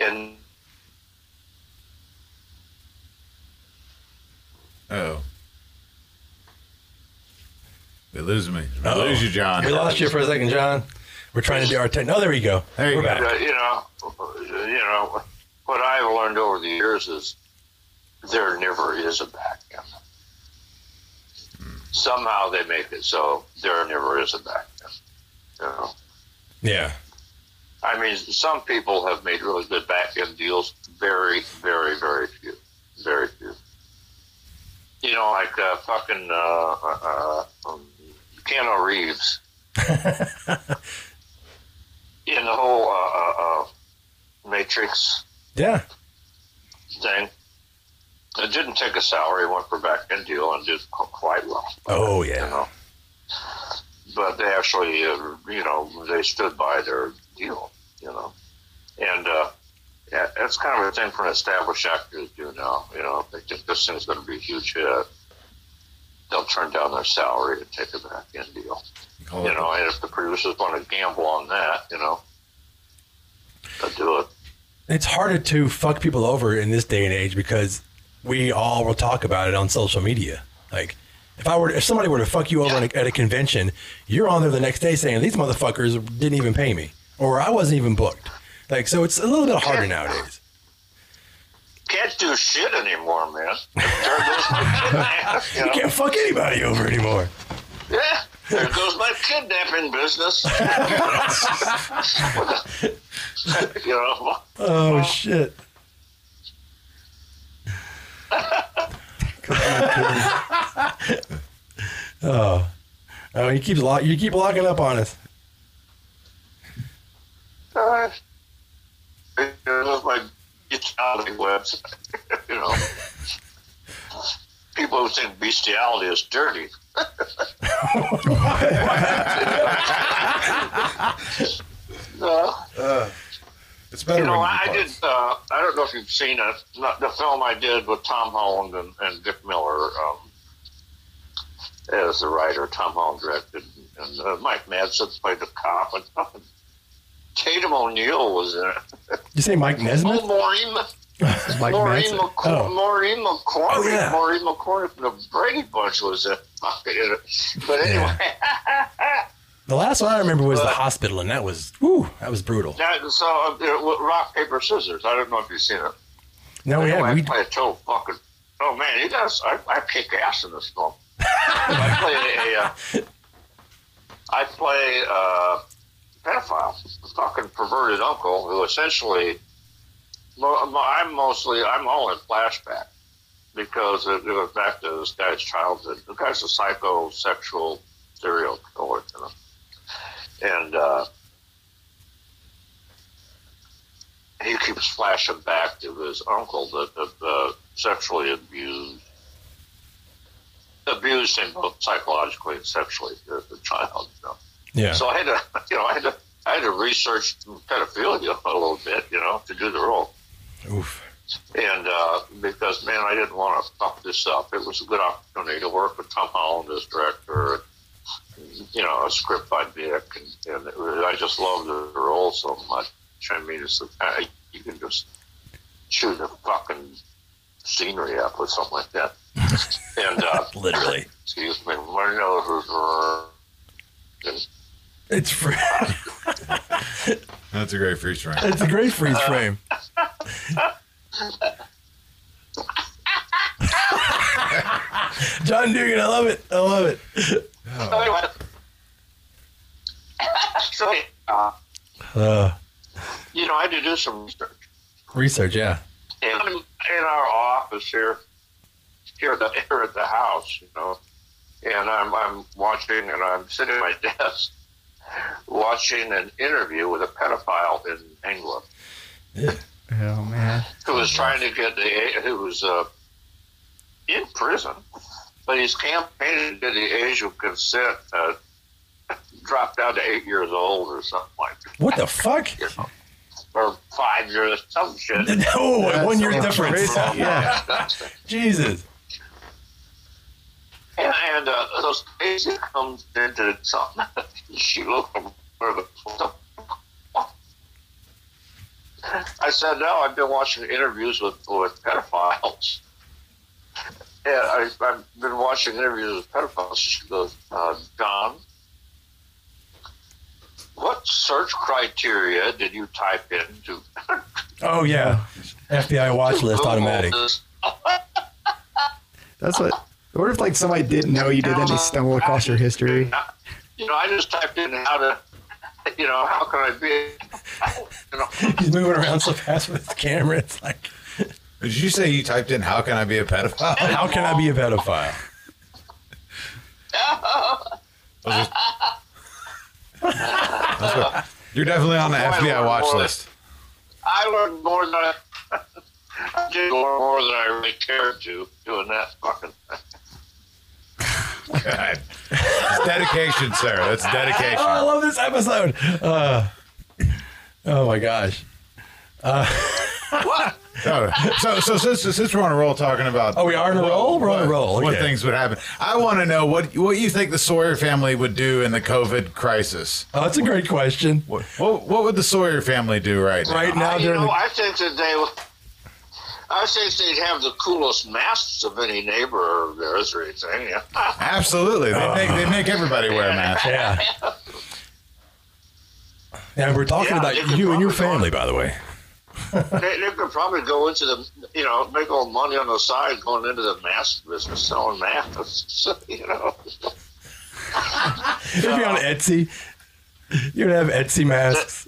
and
Oh. They lose me. They
Uh-oh.
lose you, John.
We lost you for a second, John. We're trying to do our tech. Oh, there you go.
There you
We're
go.
back.
Uh, you know, you know, what I've learned over the years is there never is a back end. Somehow they make it so there never is a back end. You know?
Yeah.
I mean, some people have made really good back end deals. Very, very, very few. Very few. You know, like uh, fucking uh, uh, um, Keanu Reeves. In the whole uh, uh, uh, Matrix
Yeah.
thing, it didn't take a salary. Went for back end deal and did qu- quite well.
Oh,
You
yeah.
know, but they actually, uh, you know, they stood by their deal, you know, and uh, yeah, that's kind of a thing for an established actor to do now. You know, if they think this thing's going to be a huge hit, they'll turn down their salary and take a back end deal.
Call
You
it-
know, and if the producers want to gamble on that, you know, they'll do it.
It's harder to fuck people over in this day and age because we all will talk about it on social media. Like, if I were, if somebody were to fuck you over at, a, at a convention, you're on there the next day saying these motherfuckers didn't even pay me, or I wasn't even booked. Like, so it's a little bit harder nowadays.
Can't do shit anymore, man. There goes my kidnapping.
You
You know?
can't fuck anybody over anymore.
Yeah, there goes my kidnapping business. you know,
Oh shit. oh, oh, you keep lock, you keep locking up on us.
uh, there goes my bestiality website. you know, people who think bestiality is dirty. no.
Uh, It's better
You
when
know,
you
I
play.
did. Uh, I don't know if you've seen it. Not the film I did with Tom Holland and, and Dick Miller um, as the writer. Tom Holland directed, and uh, Mike Madsen played the cop, and fucking Tatum O'Neill was in it.
You say Mike
Oh,
Nesmith?
Maureen,
Mike
Maureen,
Manson.
McCor-
Oh.
Maureen McCormick.
Oh, yeah.
Maureen McCormick from the Brady Bunch was in it. But anyway,
The last one I remember was the hospital, and that was woo, that was brutal.
that, so uh, rock paper scissors. I don't know if you've seen it.
Now we
I know
had
I
we
Oh, play a total fucking. Oh man, he does. I, I kick ass in this film. I play a. Uh, I play uh, pedophile, a fucking perverted uncle who essentially. mo- mo- I'm mostly. I'm all in flashback because it goes back to this guy's childhood. The guy's a psychosexual serial killer, you know? and uh, he keeps flashing back to his uncle that, that uh, sexually abused abused him both psychologically and sexually as a child. You know?
yeah
So I had to, you know, I had to, I had to research pedophilia a little bit, you know, to do the role.
oof
And uh, because man, I didn't want to fuck this up. It was a good opportunity to work with Tom Holland as director. You know, a script by Dick, and, and it was, I just loved the role so much. I mean, it's the kind of- you can just chew the fucking scenery up with something like that. and uh,
literally.
excuse me, my nose was. And
It's fr-
That's a great freeze frame.
it's a great freeze frame. John Dugan, I love it. I love it.
anyway, so uh,
Uh,
you know, I had to do some research.
research, yeah.
in, in our office here, here at the here at the house, you know, and I'm I'm watching and I'm sitting at my desk watching an interview with a pedophile in England
Oh man.
who was trying to get the who was uh, in prison But his campaign to the age of consent uh, dropped down to eight years old or something like that,
What the fuck?
or five years, some shit.
No, one year
That's
difference.
crazy.
Yeah. Jesus.
And, and uh, so Stacy comes into something. she looked over the I said, no, I've been watching interviews with, with pedophiles. Yeah, I, I've been watching interviews with pedophiles. She goes, uh, Don, what search criteria did you type in to
Oh yeah. FBI watch list
Google
automatic.
this?
That's what. I wonder if like somebody didn't know you did that and they stumbled across your history.
You know, I just typed in how to, you know, how can I be, you know,
He's moving around so fast with the camera. It's like,
Did you say you typed in "How can I be a pedophile"?
how can I be a pedophile?
You're definitely on the FBI watch list.
I learned more than I, I did learn more than I really cared to doing that fucking thing.
God. It's dedication, sir. That's
Oh, I
dedication.
love this episode. Uh, oh my gosh.
So, so, so since since we're on a roll talking about
Oh, we are on a roll? We're on a roll,
What
okay.
things would happen? I want to know what what you think the Sawyer family would do in the COVID crisis.
Oh, that's a great question.
What what, what would the Sawyer family do right now?
Right now,
I, you
during
know,
the,
I think that they, I think they'd have the coolest masks of any neighbor of theirs or anything. Yeah.
Absolutely, they make they make everybody wear a mask.
yeah. And we're talking
Yeah, they
about
could
you and your family,
probably-
by the way.
they, they could probably go into the, you know, make all money on the side going into the mask business, selling masks, you know.
It'd be on Etsy. You'd have Etsy masks.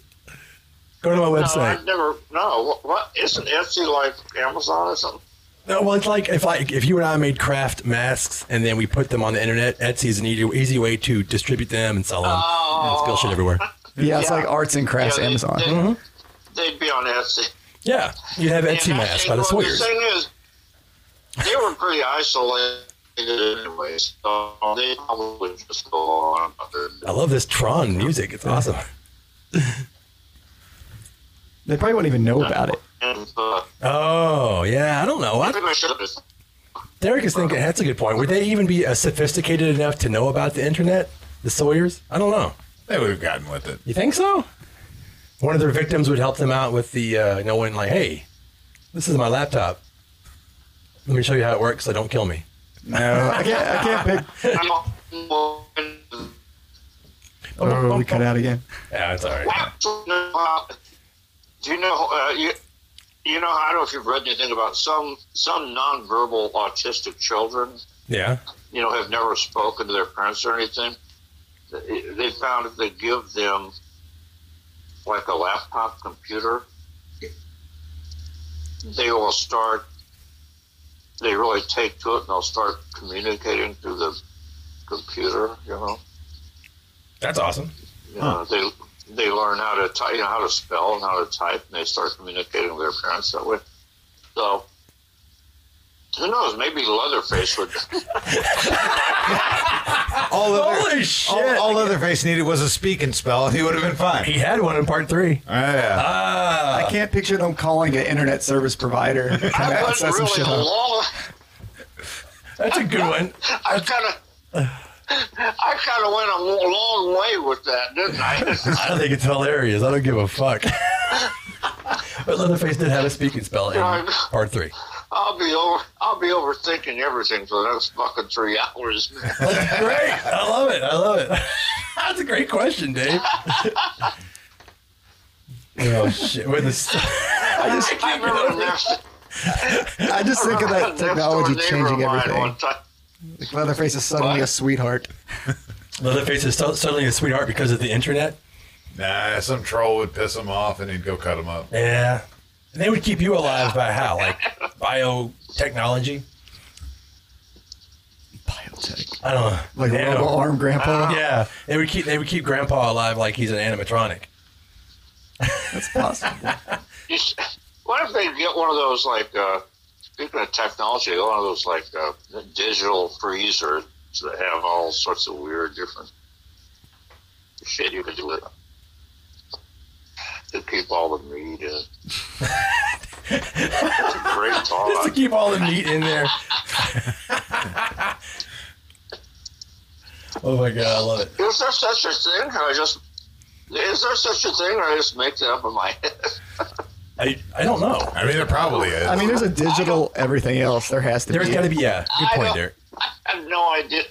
Go to my
No, I've
website.
never, no, what, what, isn't Etsy like Amazon or something?
No, well, it's like if like if you and I made craft masks and then we put them on the internet, Etsy is an easy, easy way to distribute them and sell them. And
Oh.
spill shit everywhere.
Yeah, it's
Yeah.
like arts and crafts
Yeah, they-
Amazon.
They, They'd be on Etsy.
Yeah, you'd have Etsy
And I
masks
think,
by the
well,
Sawyer's.
The thing is, they were pretty isolated anyways, so they probably just go on. about their-
I love this Tron music. It's awesome.
They probably wouldn't even know about it.
And, uh,
Oh yeah, I don't know.
I
I,
think I should have.
Derek is thinking that's a good point. Would they even be uh, sophisticated enough to know about the internet, the Sawyer's? I don't know.
They would have gotten with it.
You think so? One of their victims would help them out with the uh, knowing, like, hey, this is my laptop. Let me show you how it works. So don't kill me.
No, Oh, I can't. I can't pick. Oh, we cut out again.
Yeah, it's all right.
Do you know? Uh, you, you know, I don't know if you've read anything about some some nonverbal autistic children.
Yeah.
you know, have never spoken to their parents or anything, they they found if they give them like a laptop computer, they will start, they really take to it and they'll start communicating through the computer, you know.
That's awesome.
You know they, they learn how to type, you know, how to spell and how to type, and they start communicating with their parents that way. So, who knows? Maybe Leatherface would.
All other,
Holy shit!
all, all Leatherface needed was a speak and spell, and he would have been fine.
he had one in part three.
Oh, yeah.
Ah,
I can't picture them calling an internet service provider. and come out
I
and set
wasn't
some
really
shit
a
up.
long.
that's a good one.
I kind of. I kind of went a w- long way with that, didn't I?
I think it's hilarious. I don't give a fuck. but Leatherface did have a speaking spell in part three.
I'll be over. I'll be overthinking everything for the next fucking three hours. man.
Great. I love it. I love it. That's a great question, Dave. oh shit! With the
I just,
I remember the next,
I just think of that
next door
technology
neighbor of
changing
mine
everything.
one time.
Like Leatherface is suddenly a sweetheart.
Leatherface is so- suddenly a sweetheart because of the internet.
Nah, some troll would piss him off, and he'd go cut him up.
Yeah, and they would keep you alive by how, like biotechnology.
Biotech.
I don't know.
Like a
Nano.
robo arm grandpa.
Yeah, they would keep they would keep Grandpa alive like he's an animatronic.
That's possible.
You s- What if they get one of those like uh, speaking of technology, one of those like uh, digital freezers that have all sorts of weird different shit you can do with them. To keep all the meat in. That's a great
Just to
thought.
keep all the meat in there. oh my god, I love it.
Is there such a thing? Or I just is there such a thing, or I just make that up in my head?
I, I don't know.
I mean, there probably is.
I mean, there's a digital everything else. There has to
There's
be.
got to be yeah. Good
I
point
don't-
there.
I have no idea.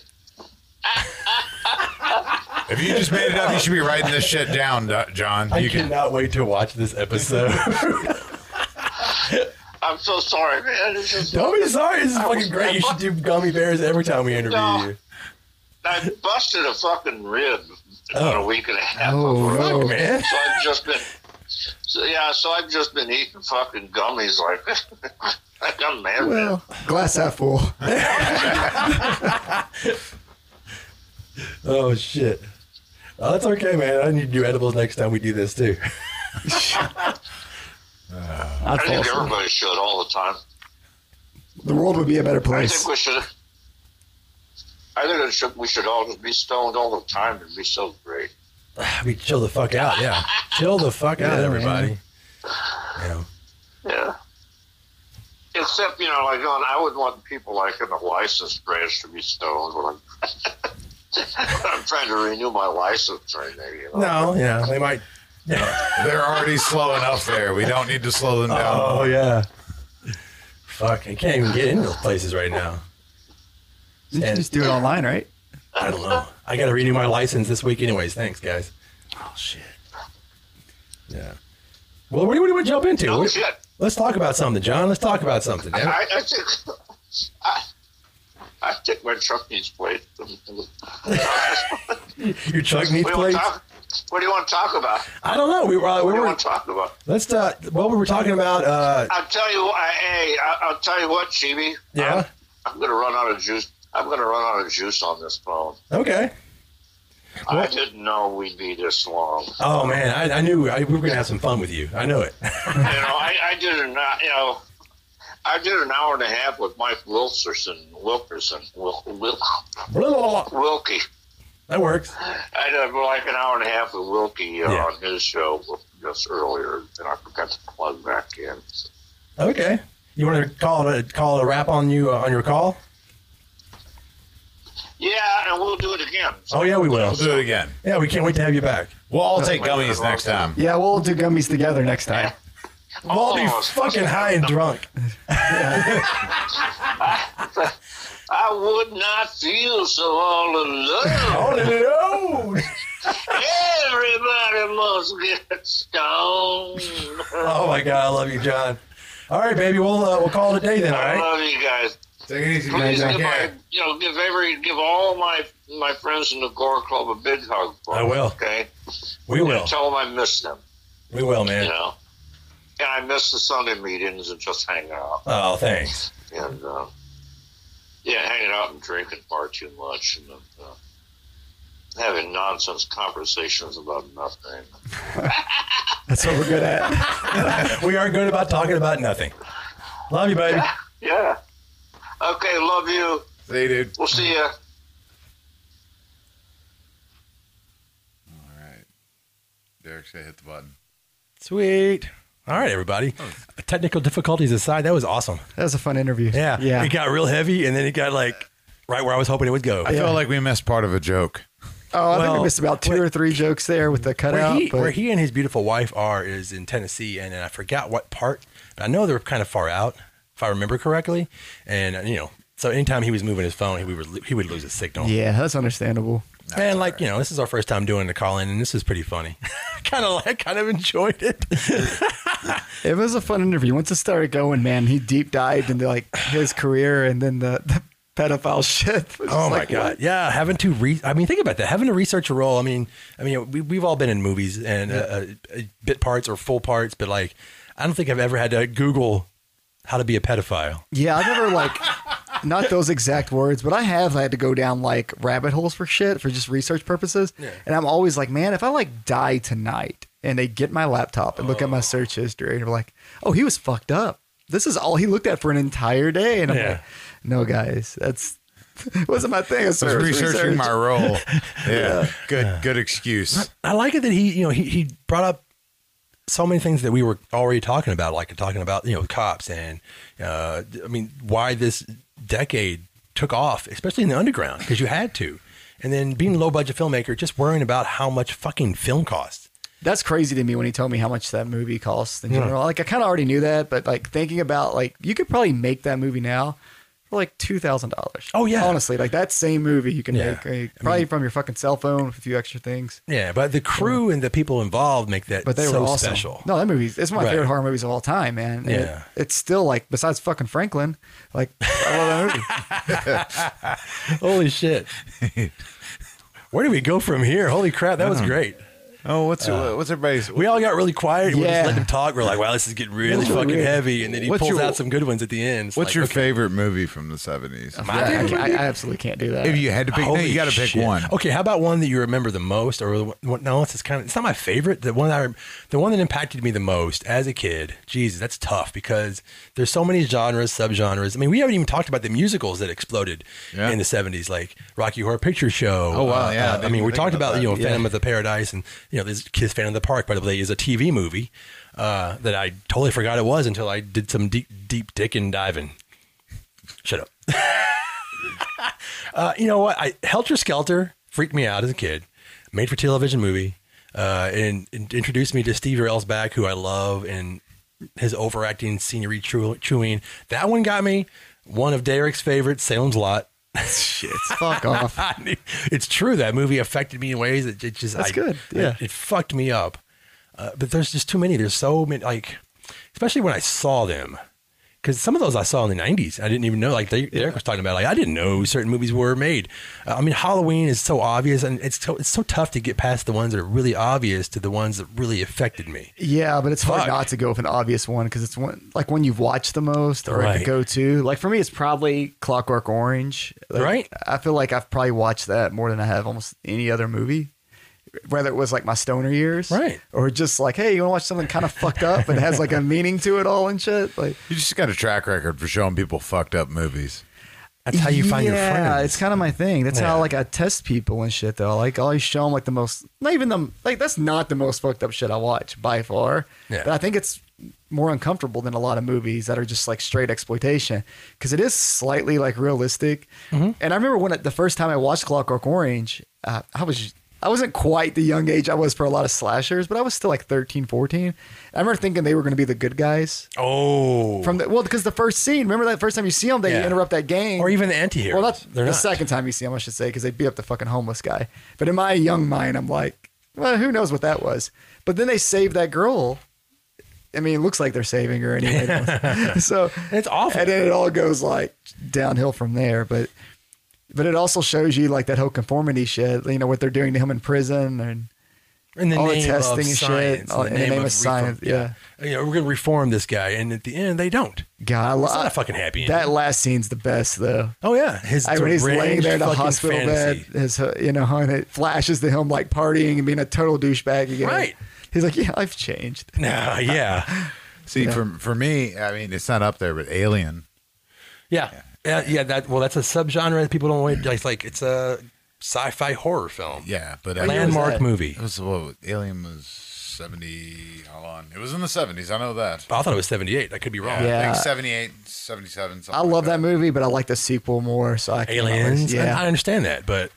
if you just made it up, you should be writing this shit down, Do- John.
I
You can.
cannot wait to watch this episode.
I'm so sorry, man. It's just
don't be sorry. This is fucking great. You should do gummy bears every time we interview
No.
you.
I busted a fucking rib about a week and a half.
Oh no,
Man,
So I've just been, so yeah, so I've just been eating fucking gummies like like a madman.
Well, glass half full.
oh shit. Oh, that's okay, man. I need to do edibles next time we do this too.
I'd
I
fall
think
asleep.
everybody should all the time.
The world would be a better
I
place.
think we should. I think it should, we should all just be stoned all the time and be so great.
we chill the fuck out. Yeah, chill the fuck out,
Yeah,
everybody. Yeah.
Yeah. Except, you know, like on, I would want people like in the license branch to be stoned when I'm, I'm trying to renew my license right now. You know?
No, yeah, they might. Yeah.
They're already slow enough there. We don't need to slow them down.
Oh yeah. Fuck, I can't even get into those places right now.
You can just do it online, right?
I don't know. I got to renew my license this week, anyways. Thanks, guys.
Oh shit.
Yeah. Well, what do you want to jump into?
Oh,
What-
shit.
Let's talk about something, John. Let's talk about something. Yeah?
I, I think I, I think my truck needs plates. What
Your Chuck needs
do you want to
plates.
talk? What do you want to talk about?
I don't know. We were. Uh, we
What do you
were.
want to talk about?
Let's. Uh, what we were talking about. Uh,
I'll tell you. I, hey, I, I'll tell you what, Chibi.
yeah.
I'm, I'm gonna run out of juice. I'm gonna run out of juice on this phone.
Okay.
I didn't know we'd be this long.
Oh man, I, I knew I, we were gonna have some fun with you. I know it.
you know, I, I did an hou- you know. I did an hour and a half with Mike Wilkerson, Wilkerson, Wil, Wil,
Blah, blah, blah.
Wilkie.
that works.
I did like an hour and a half with Wilkie uh,
Yeah.
on his show just earlier, and I forgot to plug back in.
Okay. You want to call it a, call it a wrap on you uh, on your call?
Yeah, and we'll do it again.
Oh yeah, we will.
We'll do it again.
Yeah, we can't wait to have you back.
We'll all take gummies next time.
Yeah, we'll do gummies together next time.
We'll all be
Oh,
fucking high and drunk.
I would not feel so all alone.
Oh no!
Everybody must get stoned.
Oh my god, I love you, John. All right, baby. We'll uh, we'll call it a day then. All
I
right.
love you guys.
Take it easy,
Please give my, you know, give every, give all my my friends in the Gore Club a big hug. For
I
me,
will.
Okay.
We will.
Tell them I miss them.
We will,
You
man.
know. And I miss the Sunday meetings and just hang out.
Oh, thanks.
and uh, yeah, hanging out and drinking far too much and uh, having nonsense conversations about nothing.
That's what we're good at.
We are good about talking about nothing. Love you, baby.
Yeah. Okay, love you.
See you, dude.
We'll see ya.
All right. Derek said hit the button.
Sweet. All right, everybody. Technical difficulties aside, that was awesome.
That was a fun interview.
Yeah.
Yeah.
It got real heavy, and then it got like right where I was hoping it would go.
I feel like we missed part of a joke.
Oh, I think
Well,
we missed about two
wait.
or three jokes there with the
where
cutout.
he,
but
where he and his beautiful wife are is in Tennessee, and, I forgot what part. But I know they're kind of far out, if I remember correctly. And you know, so anytime he was moving his phone, he would he would lose his signal.
yeah, that's understandable.
and like you know, this is our first time doing the call in, and this is pretty funny. kind of like kind of enjoyed it.
It was a fun interview. Once it started going, man, he deep dived into like his career and then the, the pedophile shit. It was
Oh my
like,
god! Yeah, having to re. I mean, think about that. Having to research a role. I mean, I mean, we we've all been in movies and uh, uh, bit parts or full parts, but like, I don't think I've ever had to Google how to be a pedophile.
Yeah, I never like not those exact words, but I have had to go down like rabbit holes for shit for just research purposes. And I'm always like, man, if I like die tonight and they get my laptop and look at my search history and they're like, oh, he was fucked up. this is all he looked at for an entire day. And I'm
Yeah.
like, no, guys, that's wasn't my thing.
I was researching my role. Yeah, good, good excuse.
I like it that he, you know, he, he brought up so many things that we were already talking about, like talking about, you know, cops and, uh, I mean, why this decade took off, especially in the underground, because you had to. And then being a low budget filmmaker, just worrying about how much fucking film costs.
That's crazy to me when he told me how much that movie costs in general. Like I kind of already knew that, but like thinking about like you could probably make that movie now for like two thousand dollars.
Oh, yeah.
honestly, like that same movie you can
Yeah.
make like, probably from your fucking cell phone with a few extra things.
Yeah, but the crew and the people involved make that
But they
so
were awesome.
special.
No, that movie's it's one of my
Right.
favorite horror movies of all time, man. And it-
Yeah.
it's still like besides fucking Franklin, like I love that movie.
Holy shit. Where do we go from here? Holy crap,
Mm.
that was great.
Oh, what's what's everybody's?
Uh, We all got really quiet. We
Yeah.
just let him talk. We're like, wow, this is getting really
What's your-
fucking heavy. And then he
what's
pulls
your-
out some good ones at the end. It's
What's
like,
your
okay.
favorite movie from the seventies?
I, I- I absolutely can't do that.
If you had to pick, no,
Holy
you got to pick
shit.
one.
Okay, how about one that you remember the most, or the one, no? It's kind of it's not my favorite. The one that I, the one that impacted me the most as a kid. Jesus, that's tough because there's so many genres, subgenres. I mean, we haven't even talked about the musicals that exploded
Yeah.
in the '70s, like Rocky Horror Picture Show.
Oh, wow,
uh,
yeah, I
uh, I
didn't
mean, we
think
talked
about
about,
that.
you know Phantom of the Paradise, and you know this Kiss Phantom of the Park. By the way, is a TV movie uh, that I totally forgot it was until I did some deep, deep dick and diving. Shut up. Uh, you know what? I Helter Skelter freaked me out as a kid. Made for television movie, uh, and, and introduced me to Steve Railsback, who I love, and his overacting scenery chew- chewing. That one got me. One of Derek's favorites, Salem's Lot.
shit, fuck off.
it's true that movie affected me in ways that it just
That's
I-
good,
it-
yeah.
it, fucked me up. Uh, but there's just too many. There's so many. Like especially when I saw them. Because some of those I saw in the '90s, I didn't even know. Like they, Derek was talking about, like I didn't know certain movies were made. Uh, I mean, Halloween is so obvious, and it's so, it's so tough to get past the ones that are really obvious to the ones that really affected me.
Yeah, but it's hard
Fuck.
not to go with an obvious one because it's one like one you've watched the most or like
Right.
a go-to. Like for me, it's probably Clockwork Orange. Like,
Right.
I feel like I've probably watched that more than I have almost any other movie. Whether it was like my stoner years,
Right.
or just like, hey, you want to watch something kind of fucked up and has like a meaning to it all and shit. Like
You just got a track record for showing people fucked up movies.
That's how you find your
Yeah,
friends.
it's kind of my thing. That's
Yeah.
how like I test people and shit though. Like I always show them like the most, not even the like that's not the most fucked up shit I watch by far.
Yeah.
But I think it's more uncomfortable than a lot of movies that are just like straight exploitation because it is slightly like realistic.
Mm-hmm.
And I remember when it, the first time I watched Clockwork Orange, uh, I was. I wasn't quite the young age I was for a lot of slashers, but I was still like 13, 14. I remember thinking they were going to be the good guys
oh,
from the well because the first scene. Remember that first time you see them, they
Yeah.
interrupt that game,
or even the anti-heroes.
well, that's
They're
the
not.
second time you see him, I should say, because they beat up the fucking homeless guy. But in my young mind, I'm like, well, who knows what that was? But then they saved that girl. I mean, it looks like they're saving her anyway. so
It's awful.
and then it all goes like downhill from there. But but it also shows you like that whole conformity shit. You know what they're doing to him in prison, and
in the
all the
name
testing
of
and shit,
science,
all- in the name of science,
reform- You know, we're gonna reform this guy, and at the end they don't.
God, I
It's not
love
a fucking happy ending.
Uh, that last scene's the best though.
oh yeah, his
I mean, he's
deranged
laying there in a
fucking
hospital
fantasy.
bed, his, uh, you know, and it flashes to him like partying and being a total douchebag again.
Right.
He's like, yeah, I've changed.
Nah, yeah,
See, for for me, I mean, it's not up there, but Alien.
yeah, yeah, yeah. That well, that's a subgenre that people don't wait. Like, like it's a sci-fi horror film.
Yeah, but I mean,
landmark
that?
movie.
It was well, Alien was seventy. Hold on, it was in the seventies. I know that.
I thought it was seventy-eight. I could be wrong.
Yeah.
I think 78, 77.
I love that movie, but I like the sequel more. So I can't always-
Aliens. Yeah. I
Yeah.
understand that, but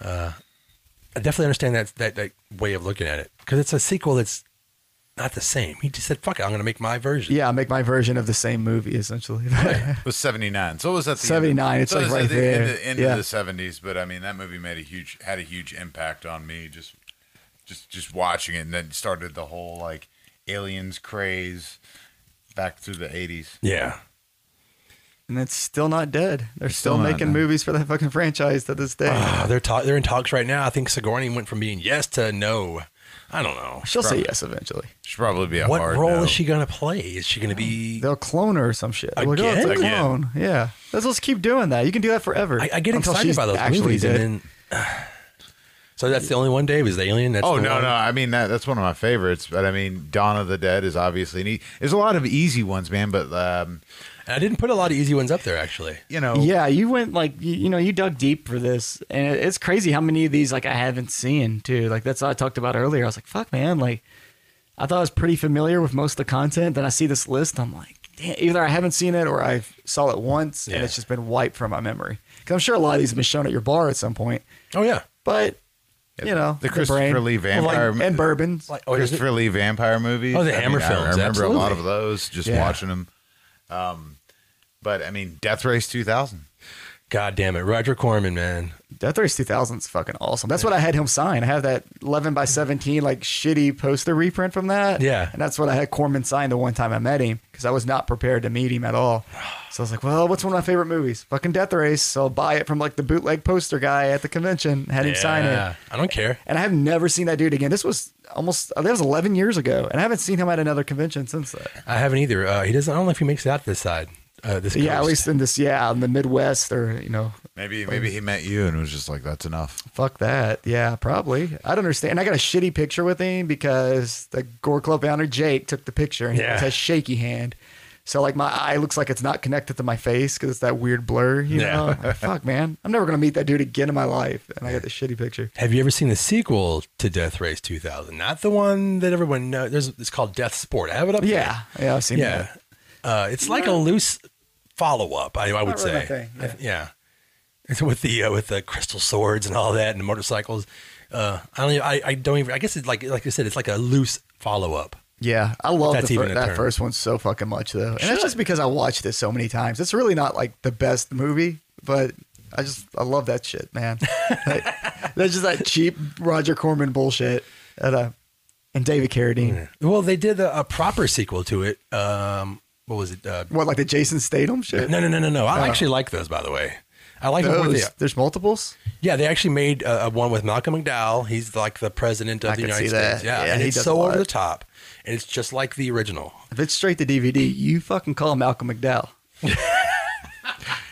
uh, I definitely understand that that, that way of looking at it because it's a sequel that's not the same. He just said, "Fuck it, I'm gonna make my version."
Yeah, I make my version of the same movie essentially.
It was seventy nine. So it was at the end of-
79, it's
so it
like
was
right
at the end,
there.
of- end
Yeah.
of the seventies. But I mean, that movie made a huge had a huge impact on me. Just just just watching it, and then started the whole like aliens craze back through the eighties.
yeah.
and it's still not dead. They're
Still
still,
not
making
dead.
movies for that fucking franchise to this day.
Ah, they're talk- they're in talks right now. I think Sigourney went from being yes to no. I don't know.
She'll say yes eventually.
Should probably be a
what
hard
role
no.
is she gonna play? Is she gonna be?
They'll clone her or some shit. They're Like, oh, it's a
Again?
clone. Yeah. Let's, let's keep doing that. You can do that forever.
I, I get
Until
excited
she's
by those
actually
movies,
dead.
and then So that's the only one, Dave. Is the alien? That's
Oh
the
no,
one?
no! I mean that, that's one of my favorites, but I mean Dawn of the Dead is obviously an e- there's a lot of easy ones, man. But um,
And I didn't put a lot of easy ones up there actually.
you know,
Yeah, you went like you, you know you dug deep for this, and it, it's crazy how many of these like I haven't seen too. Like that's what I talked about earlier. I was like, fuck, man, like I thought I was pretty familiar with most of the content. Then I see this list, I'm like, damn,
Either I haven't seen it or I saw it once
Yeah.
and it's just been wiped from my memory. Because I'm sure a lot of these have been shown at your bar at some point.
Oh yeah.
But, you know,
the
brain.
Christopher Lee vampire
and bourbons.
Like oh, is it-
Christopher Lee vampire movies.
Oh, the
I
Hammer
mean,
films,
I remember a lot
absolutely.
of those. Just
Yeah.
watching them. Um, but I mean, Death Race 2000.
God damn it, Roger Corman, man.
Death Race 2000 is fucking awesome. That's what I had him sign. I have that 11 by 17 like shitty poster reprint from that.
Yeah.
And that's what I had Corman sign the one time I met him because I was not prepared to meet him at all. So I was like, well, what's one of my favorite movies? Fucking Death Race. So I'll buy it from like the bootleg poster guy at the convention, had him sign it.
I don't care.
And I have never seen that dude again. This was almost, uh, that was 11 years ago. And I haven't seen him at another convention since then.
I haven't either. Uh, he doesn't. I don't know if he makes it out this side. Uh, this
Yeah, at
coast.
least in this, yeah, in the Midwest or, you know,
Maybe maybe he met you and was just like, that's enough.
Fuck that. Yeah, probably. I don't understand. I got a shitty picture with him because the Gore Club founder Jake took the picture and
Yeah.
he has shaky hand. So like my eye looks like it's not connected to my face because it's that weird blur, you
Yeah.
know. I'm like, Fuck man, I'm never gonna meet that dude again in my life. And I got the shitty picture.
Have you ever seen the sequel to Death Race 2000? Not the one that everyone knows. There's, it's called Death Sport. I have it up. there.
Yeah, yeah, I've seen
Yeah.
that.
Uh, it's like a loose follow up, I, I would
really my
say.
thing,
I th- Yeah. It's with the uh, with the crystal swords and all that and the motorcycles. Uh, I don't. Even, I, I don't even. I guess it's like like you said. It's like a loose follow up.
Yeah, I love
That's
the fir-
even a
that
term.
first one so fucking much though, and that's just because I watched it so many times. It's really not like the best movie, but I just I love that shit, man. Like, that's just that cheap Roger Corman bullshit, and, uh, and David Carradine.
Well, they did a, a proper sequel to it. Um, what was it? Uh,
What like the Jason Statham shit?
no, no, no, no, no. I actually like those, by the way. I like them more than
Uh-huh. Those,
they are.
there's multiples.
Yeah, they actually made a, a one with Malcolm McDowell. He's like the president of
I
the
could
United
see that.
States. Yeah,
Yeah,
and
he
it's
does a
so
lot.
over the top, and it's just like the original.
If it's straight to DVD, you fucking call Malcolm McDowell.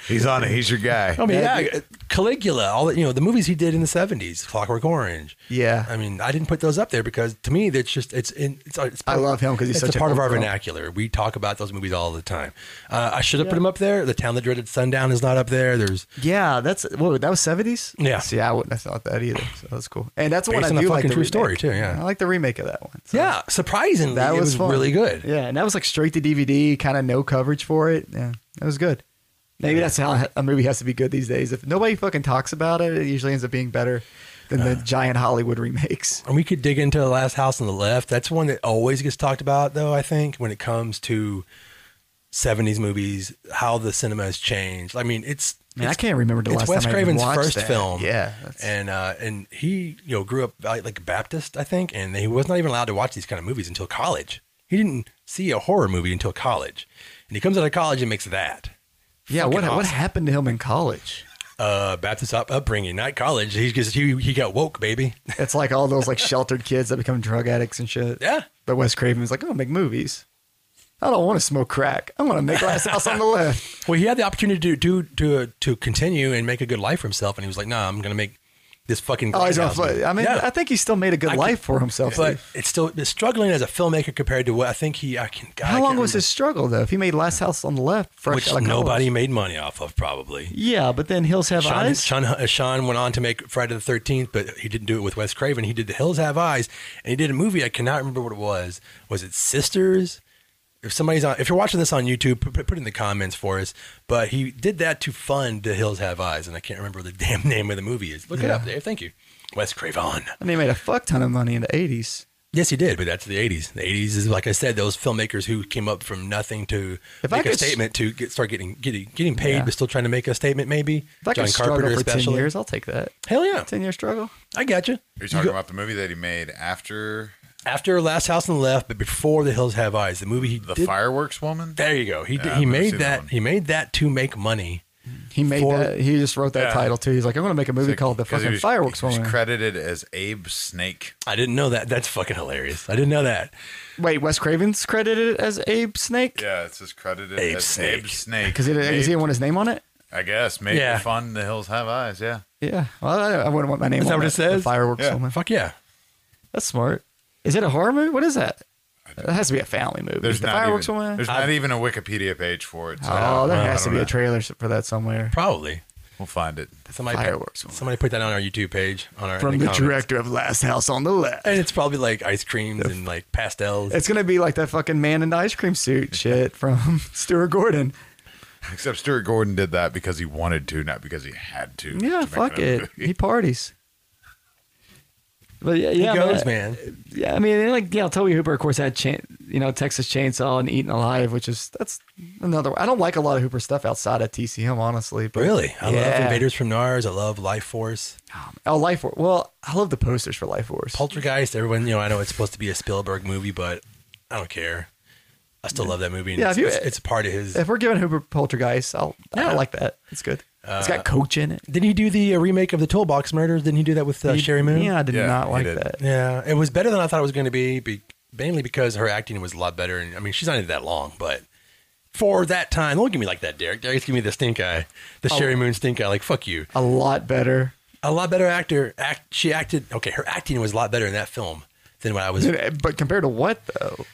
He's on it. He's your guy.
I mean, yeah, uh,
Yeah,
Caligula, all the, you know the movies he did in the seventies, Clockwork Orange.
Yeah.
I mean, I didn't put those up there because to me, that's just it's in, it's, uh, it's
I love him 'cause he's
it's
such
a
an
part of
old
our
girl.
vernacular. We talk about those movies all the time. Uh, I should have put him up there. The Town That Dreaded Sundown is not up there. There's
Yeah, that's whoa, that was seventies.
Yeah.
see, I wouldn't have thought that either. So that's cool, and that's one
Based
I
on a
do like.
fucking
The
true story,
remake.
too, yeah.
I like the remake of that one. So
yeah, surprisingly,
That
it was
was fun.
really good.
Yeah, and that was like straight to DVD, kind of no coverage for it. Yeah, that was good. Maybe that's how a movie has to be good these days. If nobody fucking talks about it, it usually ends up being better than
Uh.
the giant Hollywood remakes.
And we could dig into the last house on the left. That's one that always gets talked about, though. I think when it comes to seventies movies, how the cinema has changed. I mean, it's
Man, I
it's-
can't remember the
it's
last
Wes
time I even
Craven's
watched
first
that.
film.
Yeah, that's-
and uh, and he you know grew up like like Baptist, I think, and he was not even allowed to watch these kind of movies until college. He didn't see a horror movie until college, and he comes out of college and makes that.
Yeah, what
Fucking
what
awesome.
happened to him in college?
Uh, Baptist up, upbringing, not college. He just he he got woke, baby.
It's like all those like sheltered kids that become drug addicts and shit.
Yeah.
But Wes Craven's like, I'm gonna make movies. I don't want to smoke crack. I'm gonna make Last House on the Left.
Well, he had the opportunity to do to to continue and make a good life for himself, and he was like, "No, nah, I'm going to make this fucking."
Oh, he's on
grindhouse movie."
foot. I mean,
Yeah.
I think he still made a good
I
life
could-
for himself.
but
Steve.
it's still it's struggling as a filmmaker compared to what I think he. I can. God, I
How
can't
long was
remember.
his struggle though? If he made Last House on the Left, fresh
Which
out of college.
nobody made money off of, probably.
Yeah, but then Hills Have
Sean,
Eyes.
Sean, uh, Sean went on to make Friday the Thirteenth, but he didn't do it with Wes Craven. He did The Hills Have Eyes, and he did a movie I cannot remember what it was. Was it Sisters? If somebody's on, if you're watching this on YouTube, put, put in the comments for us. But he did that to fund The Hills Have Eyes, and I can't remember the damn name of the movie is. Look it up, Dave. Thank you, Wes Craven.
And he made a fuck ton of money in the eighties.
Yes, he did, but that's the '80s. The '80s is like I said, those filmmakers who came up from nothing to
If I
make a
could s-
statement to get start getting getting getting paid,
Yeah.
but still trying to make a statement. Maybe
If I could struggle for ten years, I'll take that.
Hell yeah,
Ten year struggle.
I got you.
Are you talking about the movie that he made after
After Last House on the Left, but before The Hills Have Eyes, the movie he
the
did.
fireworks woman?
There you go. He did,
Yeah,
he
I've never
made
seen that
that
one.
he made that to make money.
He made
For-
that. He just wrote that title too. He's like, I'm gonna make a movie called The
'Cause he
Fucking
was-
Fireworks
he was
Woman.
credited as Abe Snake.
I didn't know that. That's fucking hilarious. I didn't know that.
Wait, Wes Craven's credited it as Abe Snake
Yeah, it's just credited
Abe
as
Snake.
Abe Snake.
because he, didn't- 'cause he
Abe-
didn't want his name on it.
I guess. Maybe
Yeah.
fun the hills have eyes. Yeah.
Yeah. Well, I, I wouldn't want my name.
Is that
on
what it
the- the
says?
Fireworks
Yeah.
woman.
Fuck yeah.
That's smart. Is it a horror movie? What is that? That has to be a family movie.
There's
the
not
fireworks
even,
woman.
There's not even a Wikipedia page for it. So
Oh, there
I
has to
don't
be
know.
a trailer for that somewhere.
Probably.
We'll find it.
Somebody
Fireworks.
Somebody put that on our YouTube page on our
From
in
the
comments.
director of Last House on the Left.
And it's probably like ice creams and like pastels.
It's gonna be like that fucking man in the ice cream suit shit from Stuart Gordon.
Except Stuart Gordon did that because he wanted to, not because he had to. to
Yeah,
make
fuck
another
it.
movie.
He parties. But yeah,
He
yeah,
goes,
man.
man.
yeah. I mean, like yeah, Toby Hooper, of course, had cha- you know Texas Chainsaw and Eaten Alive, which is that's another. I don't like a lot of Hooper stuff outside of TCM, honestly. But
Really? I love
Yeah.
Invaders from Mars. I love Life Force.
Oh, Life Force. Well, I love the posters for Life Force.
Poltergeist, everyone, you know, I know it's supposed to be a Spielberg movie, but I don't care. I still love that movie. and
Yeah,
it's,
if you-
it's, it's a part of his.
if we're giving Hooper Poltergeist, I'll I like that. It's good.
Uh,
it's got Coach in it.
Didn't he do the uh, remake of the Toolbox Murders? Didn't he do that with uh, Sherry Moon?
Yeah, I did
Yeah,
not
he
like
did.
that.
Yeah, it was better than I thought it was going to be, be, mainly because her acting was a lot better. And I mean, she's not even that long, but for that time, don't give me like that, Derek. Derek's give me the stink eye, the
Oh.
Sherry Moon stink eye. Like fuck you.
A lot better.
A lot better actor. Act. She acted. Okay, her acting was a lot better in that film than when I was.
But compared to what though?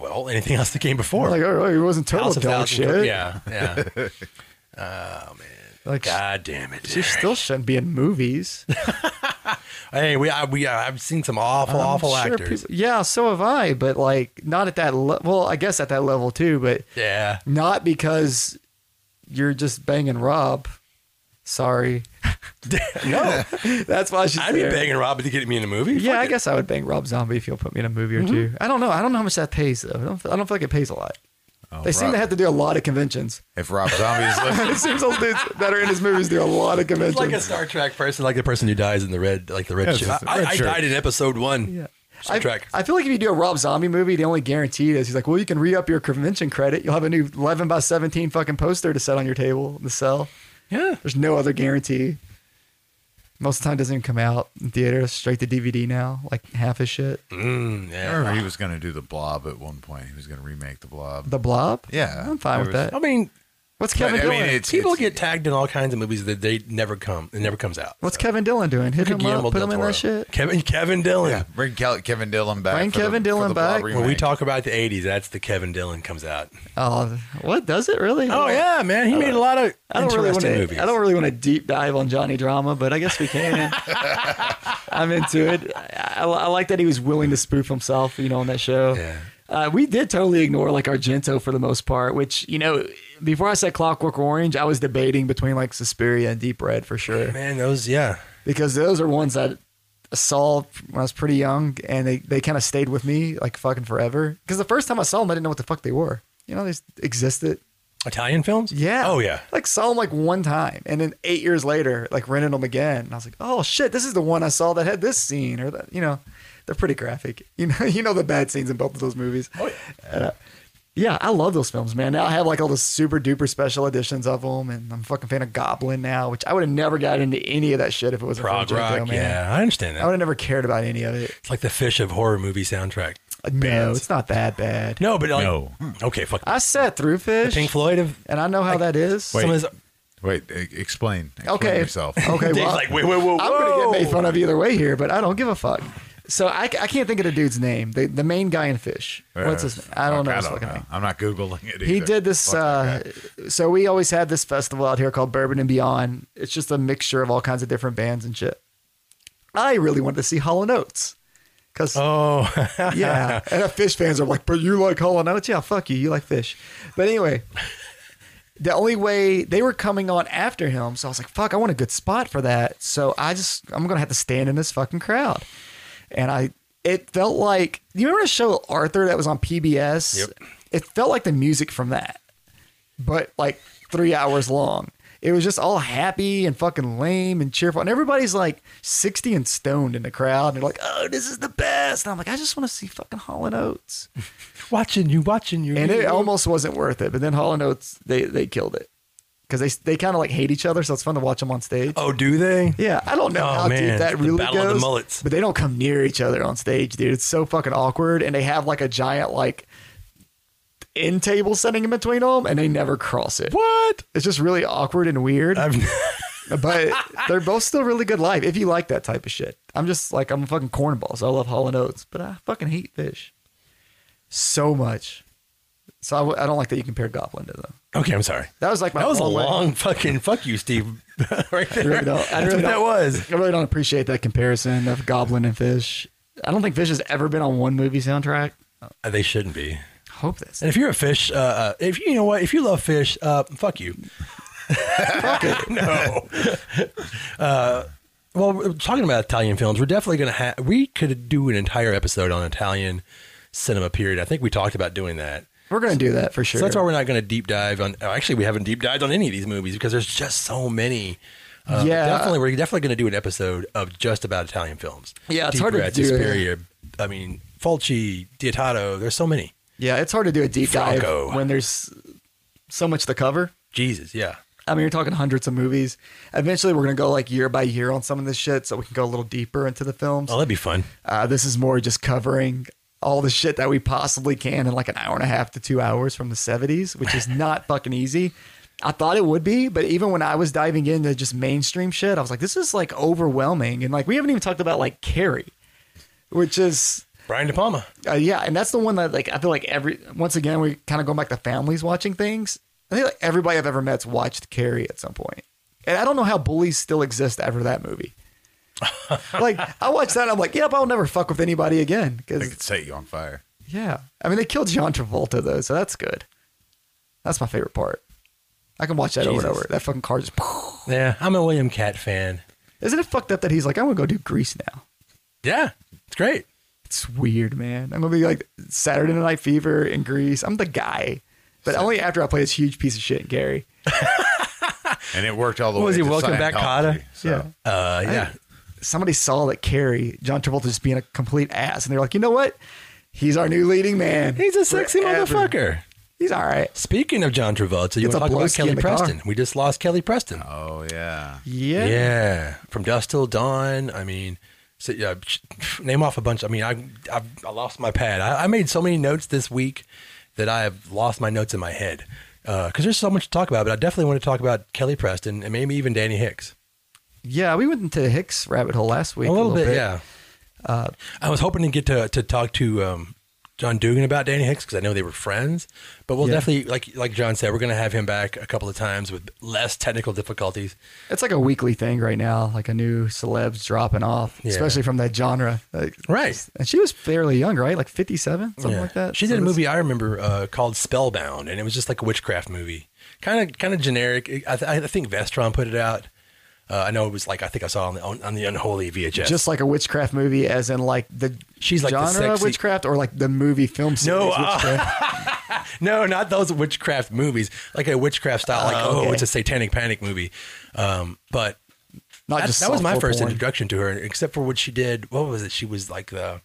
Well, anything else that came before.
Like, oh, it wasn't total
House of Thousand
dog shit.
Co- Yeah, yeah.
Like,
God damn it.
she still shouldn't be in movies.
Hey, we I, we uh, I've seen some awful awful
I'm sure
actors.
people- yeah, so have I, but like not at that level. Well, I guess at that level too, but
yeah.
not because you're just banging Rob. Sorry,
No,
that's why she's.
I'd be
there.
banging Rob to get me in a movie.
Yeah,
Fuck
I
it.
guess I would bang Rob Zombie if you'll put me in a movie or
Mm-hmm.
two. I don't know. I don't know how much that pays though. I don't. feel- I don't feel like it pays a lot.
Oh,
they seem
Oh, Rob-
to have to do a lot of conventions.
If Rob Zombie's listening,
It seems those dudes that are in his movies do a lot of
It's
conventions.
like a Star Trek person, like the person who dies in the red, like the red
Yeah,
shirt.
it's the
I,
red
I
shirt.
died in episode one.
Yeah.
Star
I-
Trek.
I, feel like if you do a Rob Zombie movie, the only guarantee is he's like, well, you can re up your convention credit. You'll have a new 11 by 17 fucking poster to set on your table in the cell.
Yeah.
There's no other guarantee. Most of the time, it doesn't even come out in theaters, straight to DVD now, like half his shit.
Mm,
I
yeah.
remember he was going to do the Blob at one point. He was going to remake the Blob.
The Blob?
Yeah.
I'm fine with
There was-
I
that.
mean,
What's Kevin
I mean,
Dillon?
it's-
people get tagged in all kinds of movies that they never come. It never comes out.
What's Kevin Dillon doing? Hit him up,
Guillermo
put
del
him in
Toro.
that shit.
Kevin Kevin Dillon.
yeah, bring Kel- Kevin Dillon back.
Bring
for the-
Kevin
for
Dillon
the Blob
back. When
When we
remake.
talk about the '80s, that's the Kevin Dillon comes out.
Oh, what does it really?
Oh yeah, man, he made a lot of
I don't really want
interesting
to.
movies.
I don't really want to deep dive on Johnny Drama, but I guess we can. I'm into it. I, I, I like that he was willing to spoof himself, you know, on that show.
Yeah.
Uh, we did totally ignore like Argento for the most part, which you know, before I said Clockwork Orange, I was debating between like Suspiria and Deep Red for sure,
man, those yeah.
because those are ones that I saw when I was pretty young, and they they kind of stayed with me like fucking forever. Because the first time I saw them, I didn't know what the fuck they were. You know, they just existed.
Italian films?
Yeah.
Oh yeah.
Like saw him like one time, and then eight years later, like rented them again. And I was like, oh shit, this is the one I saw that had this scene, or that you know, they're pretty graphic. You know, you know the bad scenes in both of those movies. Oh yeah. yeah, I love those films, man. Now I have like all the super duper special editions of them, and I'm a fucking fan of Goblin now, which I would have never got into any of that shit if it was
Prog
a
rock. Yeah, I understand
I
that.
would have never cared about any of it.
It's like the fish of horror movie soundtrack.
No, it's not that bad.
No, but like, Hmm,
No.
Okay, fuck.
I sat through Fish,
Pink Floyd of
and I know how that is.
some of his
Wait, e- explain. explain
Okay.
yourself.
Okay,
Dave's
well,
like, wait, wait, whoa,
I'm gonna
whoa.
get made fun of either way here, but I don't give a fuck. So I, I can't think of the dude's name. The, the main guy in Fish. What's his name? I don't know
I
his
don't
fucking
know.
name.
I'm not googling it. Either.
He did this.
Fuck
Uh,
that guy.
so we always had this festival out here called Bourbon and Beyond. It's just a mixture of all kinds of different bands and shit. I really wanted to see Hollow Notes because
Oh,
yeah. And the fish fans are like, but you like Hollow Notes? Yeah, fuck you. You like fish. But anyway, the only way they were coming on after him, so I was like, fuck, I want a good spot for that. So I just, I'm going to have to stand in this fucking crowd. And I, it felt like, you remember the show Arthur that was on PBS?
Yep.
It felt like the music from that, but like three hours long. It was just all happy and fucking lame and cheerful. And everybody's like 60 and stoned in the crowd. And they're like, oh, this is the best. And I'm like, I just want to see fucking Hall and Oates.
watching you, watching you.
And it oh almost wasn't worth it. But then Hall and Oates, they, they killed it. Because they, they kind of like hate each other. So it's fun to watch them on stage.
oh, do they?
Yeah, I don't know
Oh,
how
man.
deep that
The
really
Battle of
goes.
the Mullets.
But they don't come near each other on stage, dude. It's so fucking awkward, and they have like a giant like end table setting in between them, and they never cross it.
What?
It's just really awkward and weird.
I've,
but they're both still really good live if you like that type of shit. I'm just like I'm a fucking cornball, so I love Hall and Oates, but I fucking hate fish so much. So I, w- I don't like that you compared Goblin to them.
okay, I'm sorry.
That was like my
That was a
way-
long fucking fuck you, Steve. right there.
really don't- I
That's
really
what
don't-
that was.
I really don't appreciate that comparison of Goblin and Fish. I don't think Fish has ever been on one movie soundtrack.
Uh, They shouldn't be.
Hope this.
And if you're a fish, uh, uh, if you know what, if you love fish, uh, fuck you. no. uh, well, we're talking about Italian films, we're definitely gonna have. We could do an entire episode on Italian cinema. Period. I think we talked about doing that.
We're gonna do that for sure.
So that's why we're not going to deep dive on. oh, Actually, we haven't deep dived on any of these movies because there's just so many. Um,
Yeah.
definitely. We're definitely going to do an episode of just about Italian films.
Yeah, it's
Deep
hard to
Red,
do it.
Suspiria. I mean, Fulci, Diodato. There's so many.
yeah, it's hard to do a deep
Franco.
dive when there's so much to cover.
Jesus, yeah.
I mean, you're talking hundreds of movies. Eventually, we're gonna go like year by year on some of this shit, so we can go a little deeper into the films.
Oh, that'd be fun.
Uh, this is more just covering all the shit that we possibly can in like an hour and a half to two hours from the 70s, which is not fucking easy. I thought it would be, but even when I was diving into just mainstream shit, I was like, this is like overwhelming. And like, we haven't even talked about like Carrie, which is,
Brian De Palma.
uh, yeah. And that's the one that like, I feel like every, once again, we kind of go back to families watching things. I think like everybody I've ever met's watched Carrie at some point. And I don't know how bullies still exist after that movie. like I watched that, and I'm like, yep, I'll never fuck with anybody again.
They
Because
could set you on fire.
yeah. I mean, they killed John Travolta, though, so that's good. That's my favorite part. I can watch that over
Jesus.
and over. That fucking car just.
Yeah, I'm a William Cat fan.
Isn't it fucked up that he's like, I'm going to go do Grease now?
Yeah, it's great.
It's weird, man. I'm going to be like Saturday Night Fever in Grease. I'm the guy. But only after I play this huge piece of shit in Gary.
And it worked all the
What
way.
was he,
to
Welcome Back,
Scientology,
Cotta?
so-
Yeah.
Uh, yeah.
Somebody saw that Carrie, John Travolta, just being a complete ass. And they're like, you know what? He's our new leading man.
He's a sexy
Forever.
motherfucker.
He's all right.
Speaking of John Travolta, you want
It's
to
a
talk about
Blowski
Kelly
in the car.
Preston? We just lost Kelly Preston.
Oh yeah.
Yeah.
Yeah. From Dusk Till Dawn. I mean, so, yeah, sh- name off a bunch. I mean, I I, I lost my pad. I, I made so many notes this week that I have lost my notes in my head because there's so much to talk about. But I definitely want to talk about Kelly Preston and maybe even Danny Hicks
Yeah, we went into the Hicks rabbit hole last week.
a little, bit, Yeah. Uh, I was hoping to get to to talk to. Um, John Dugan about Danny Hicks because I know they were friends, but we'll
Yeah.
definitely like like John said we're going to have him back a couple of times with less technical difficulties.
It's like a weekly thing right now, like a new celebs dropping off,
Yeah.
especially from that genre. Like,
Right.
And she was fairly young, right? Like 57, something
Yeah.
like that.
She
So
did a
this-
movie I remember uh, called Spellbound, and it was just like a witchcraft movie, kind of kind of generic. I, th- I think Vestron put it out. Uh, I know it was like I think I saw it on the, on, on the unholy VHS.
Just like a witchcraft movie, as in like the
She's like the
genre of
sexy-
witchcraft or like the movie film series.
No, uh,
witchcraft.
no, not those witchcraft movies. Like a witchcraft style, like oh,
okay.
it's a satanic panic movie. Um, but
Not
that,
just
that was my
softcore
first
porn.
introduction to her, except for what she did. What was it? She was like the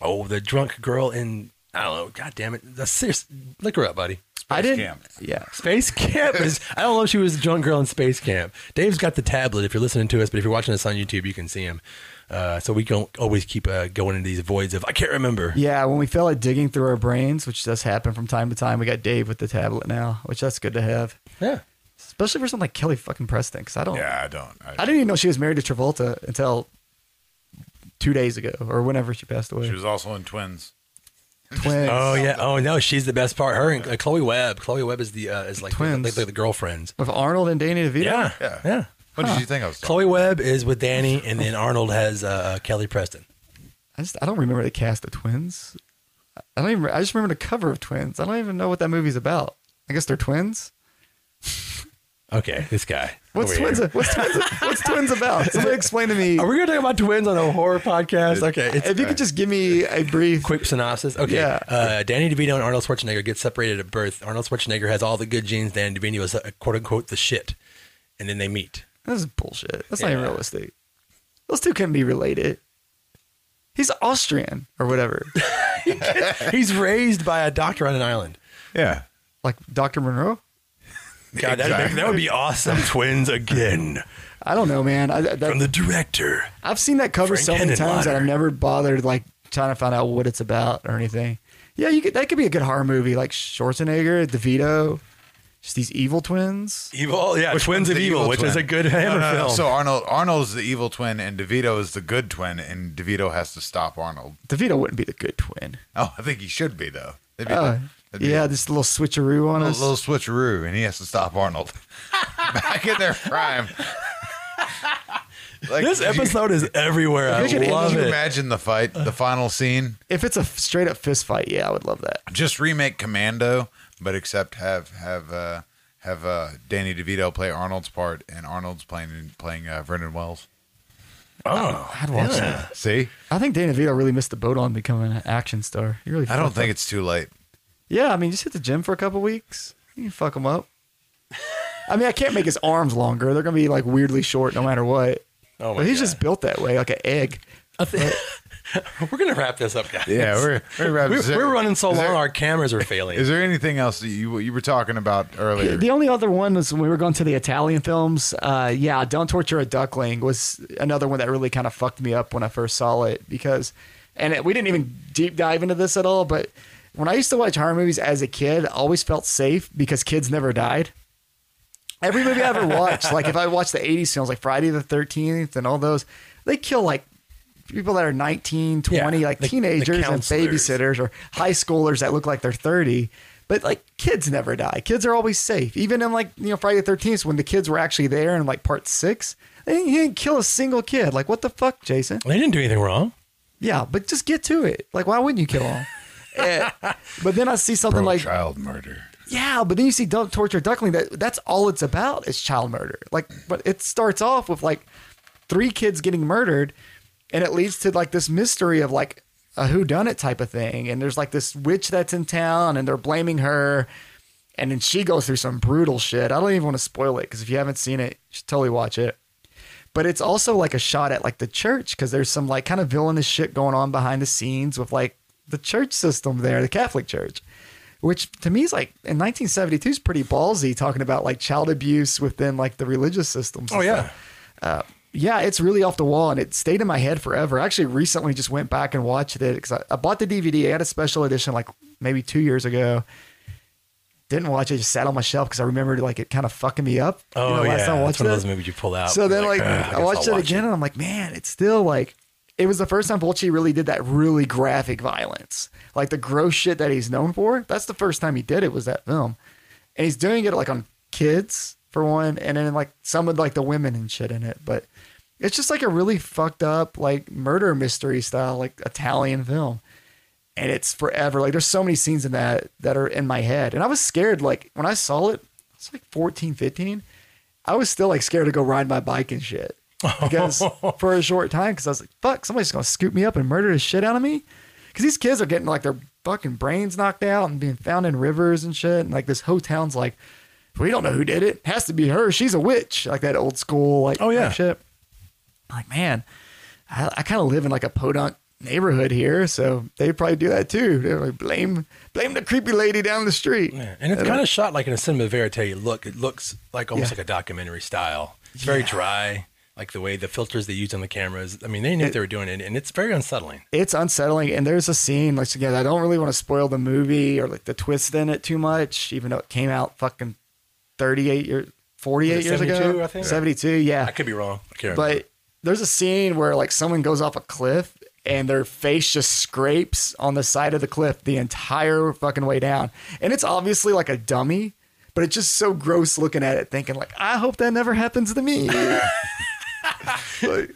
oh the drunk girl in I don't know. God damn it! That's serious. Look her up, buddy.
I didn't.
Camp.
Yeah.
Space Camp is. I don't know if she was a drunk girl in Space Camp. Dave's got the tablet if you're listening to us, but if you're watching us on YouTube, you can see him. Uh, so we don't always keep uh, going into these voids of I can't remember.
Yeah, when we fell at digging through our brains, which does happen from time to time, we got Dave with the tablet now, which that's good to have,
Yeah.
especially for something like Kelly fucking Preston, because I don't.
Yeah, I don't. I,
I didn't even know she was married to Travolta until two days ago or whenever she passed away.
She was also in Twins.
Twins.
Oh yeah. Oh no, she's the best part. Her and uh, Chloe Webb. Chloe Webb is the uh, is like
Twins.
The, like the girlfriends.
With Arnold and Danny DeVito?
Yeah.
Yeah.
Yeah.
What did you think I was? Talking?
Chloe Webb is with Danny, and then Arnold has uh, Kelly Preston.
I just I don't remember the cast of Twins. I don't even I just remember the cover of Twins. I don't even know what that movie's about. I guess they're twins.
Okay, this guy.
What's
Over
twins,
here.
what's twins? What's twins about? Somebody explain to me.
Are we gonna talk about twins on a horror podcast? Okay, it's
If you could just give me a brief.
quick synopsis. Okay.
Yeah.
Uh, Danny DeVito and Arnold Schwarzenegger get separated at birth. Arnold Schwarzenegger has all the good genes. Danny DeVito is uh, quote unquote the shit. And then they meet.
This is bullshit. That's not even
Yeah.
realistic. Those two couldn't be related. He's Austrian or whatever,
He's raised by a doctor on an island.
Yeah.
like Dr. Monroe.
God, that'd make- that would be awesome. Twins again
I don't know, man. I, that,
from the director.
I've seen that cover
Frank
so many times that
Henenlotter.
I've never bothered like trying to find out what it's about or anything. Yeah, you could, that could be a good horror movie, like Schwarzenegger, DeVito, just these evil twins.
Evil, yeah, Twins
one's
of
the
Evil, Uh,
evil
which
twin?
is a good Hammer
No, no,
film.
So Arnold Arnold's the evil twin, and DeVito is the good twin, and DeVito has to stop Arnold.
DeVito wouldn't be the good twin.
Oh, I think he should be though. That'd be,
Uh,
Oh,
that'd be
yeah, this little switcheroo on
a
us.
little switcheroo, and he has to stop Arnold back in their prime. like,
this
could you-
episode is everywhere. I
If you could-
love
Could you
it.
imagine the fight, the final scene?
If it's a f- straight up fist fight, yeah, I would love that.
Just remake Commando, but except have have uh, have uh, Danny DeVito play Arnold's part, and Arnold's playing playing uh, Vernon Wells.
Oh,
I'd watch that.
See,
I think Danny DeVito really missed the boat on becoming an action star. He really
I don't
fucked
think
up.
it's too late.
Yeah, I mean, just hit the gym for a couple weeks. You can fuck him up. I mean, I can't make his arms longer. They're gonna be like weirdly short no matter what.
oh my
But he's
God.
just built that way, like an egg.
We're gonna wrap this up, guys.
Yeah, we're we're, wrapped.
We're,
Is there-
we're running so
is
long,
there-
our cameras are failing.
Is there anything else that you you were talking about earlier?
The only other one was when we were going to the Italian films. Uh, yeah, Don't Torture a Duckling was another one that really kind of fucked me up when I first saw it because, and it, we didn't even deep dive into this at all. But when I used to watch horror movies as a kid, I always felt safe because kids never died. Every movie I ever watched, like if I watched the 80s films, like Friday the 13th and all those, they kill like people that are 19, 20,
Yeah,
like
the- the
teenagers and
counselors.
babysitters or high schoolers that look like they're 30. But like kids never die. Kids are always safe. Even in like, you know, Friday the 13th, when the kids were actually there in like part six, they didn't, he didn't kill a single kid. Like, what the fuck, Jason?
they didn't do anything wrong.
Yeah, but just get to it. Like, why wouldn't you kill him? Eh, but then I see something
Bro,
like
child murder.
yeah, but then you see Don't Torture Duckling. That that's all it's about is child murder. Like, but it starts off with like three kids getting murdered, and it leads to like this mystery of like a who done it type of thing. And there's like this witch that's in town, and they're blaming her, and then she goes through some brutal shit. I don't even want to spoil it because if you haven't seen it, you should totally watch it. But it's also like a shot at like the church because there's some like kind of villainous shit going on behind the scenes with like the church system there, the Catholic Church which to me is like in 1972 is pretty ballsy talking about like child abuse within like the religious systems. and
Oh yeah,
stuff. Yeah, it's really off the wall and it stayed in my head forever. I actually recently just went back and watched it because I, I bought the DVD. I had a special edition like maybe two years ago. Didn't watch it, just sat on my shelf because I remembered like it kind of fucking me up. you
oh
know,
yeah.
last time I
That's
watched
one of
it.
those movies you pull out.
So
You're
then, like,
"Ugh, guess
I watched
I'll
it again, and I'm like, man, it's still like, it was the first time Fulci really did that really graphic violence, like the gross shit that he's known for. That's the first time he did it was that film, and he's doing it like on kids for one, and then like some of like the women and shit in it. But it's just like a really fucked up like murder mystery style like Italian film. And it's forever. Like there's so many scenes in that that are in my head. And I was scared. Like when I saw it, it's like 14, 15. I was still like scared to go ride my bike and shit because for a short time because I was like, fuck, somebody's gonna scoop me up and murder the shit out of me because these kids are getting like their fucking brains knocked out and being found in rivers and shit and like this whole town's like, we don't know who did it. Has to be her. She's a witch. Like that old school like
Oh, yeah.
type shit. I'm like man, I, I kind of live in like a podunk neighborhood here, so they probably do that too. They're like blame blame the creepy lady down the street.
Yeah, and it's kind of shot like in a cinema verite look. It looks like almost
uh, Yeah.
like a documentary style. It's very dry, like the way the filters they use on the cameras. I mean, they knew what they were doing, and, and it's very unsettling.
it's unsettling and there's a scene like again i don't really want to spoil the movie or like the twist in it too much even though it came out fucking 38 years 48
Was it
years
72,
ago
I think?
72 yeah
I could be wrong. I can't remember.
but there's a scene where like someone goes off a cliff and their face just scrapes on the side of the cliff the entire fucking way down. And it's obviously like a dummy, but it's just so gross looking at it, thinking like, I hope that never happens to me. Like,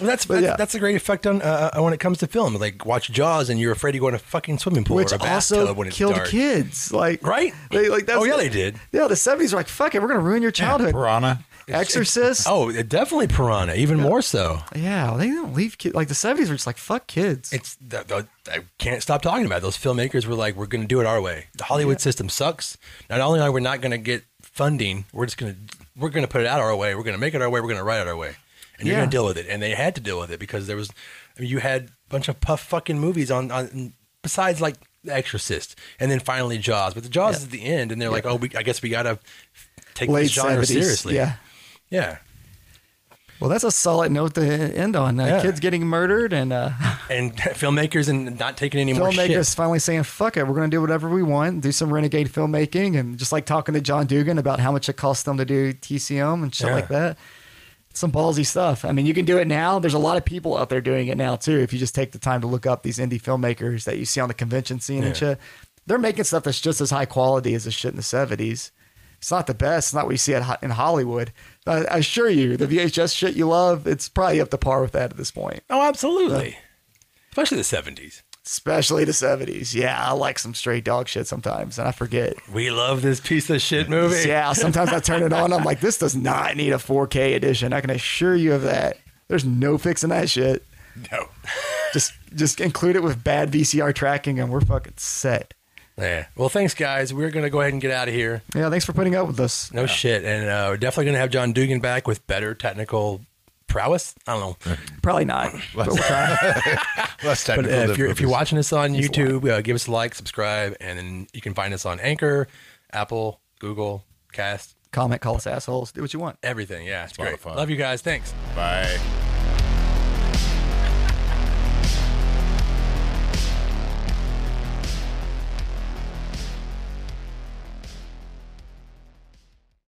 Well, that's that's,
yeah.
that's a great effect on uh, when it comes to film. Like watch Jaws, and you're afraid to go in a fucking swimming pool
which
or a
also
bathtub when it's
killed
dark.
kids. Like
Right?
They like that's
Oh, yeah, they did.
Yeah, the seventies were like, fuck it, we're gonna ruin your childhood.
Piranha.
Exorcist.
Oh, it- definitely Piranha, even more so.
yeah, they don't leave kids like the seventies were just like fuck kids.
It's th- th- I can't stop talking about it. those filmmakers were like, we're going to do it our way. The Hollywood system sucks. Not only are we not going to get funding, we're just going to we're going to put it out our way. We're going to make it our way. We're going to write it our way, and you're
Yeah.
going to deal with it. And they had to deal with it because there was I mean, you had a bunch of puff fucking movies on on besides like The Exorcist, and then finally Jaws. But the Jaws is the end, and they're like, oh, we, I guess we got to take
Late
this genre
70s.
seriously.
Yeah.
yeah.
Well, that's a solid note to end on. Uh,
Yeah.
Kids getting murdered and uh,
and filmmakers and not taking any more shit.
filmmakers finally saying, fuck it, we're going to do whatever we want, do some renegade filmmaking. And just like talking to John Dugan about how much it costs them to do TCM and shit
Yeah.
like that. Some ballsy stuff. I mean, you can do it now. There's a lot of people out there doing it now, too. If you just take the time to look up these indie filmmakers that you see on the convention scene and
Yeah.
shit, they're making stuff that's just as high quality as the shit in the 70s. It's not the best. It's not what you see at, Ho- in Hollywood. But I assure you, the VHS shit you love, it's probably up to par with that at this point
Oh, absolutely. Especially the seventies.
especially the 70s. Yeah, I like some straight dog shit sometimes, and I forget.
We love this piece of shit movie.
Yeah, sometimes I turn it on. I'm like, this does not need a 4K edition. I can assure you of that. There's no fixing that shit.
No.
Just just include it with bad VCR tracking, and we're fucking set.
Yeah. Well, thanks, guys. We're gonna go ahead and get out of here.
Yeah, thanks for putting up with us.
No shit, and uh, we're definitely gonna have John Dugan back with better technical prowess. I don't know,
Probably not. But we'll try.
Less
but
technical.
uh, if you're if you're
difficulties.
watching us on YouTube, uh, give us a like, subscribe, and then you can find us on Anchor, Apple, Google, Cast,
Comment, call us assholes. Do what you want.
everything. Yeah, it's great.
Spotify.
Love you guys. Thanks.
Bye.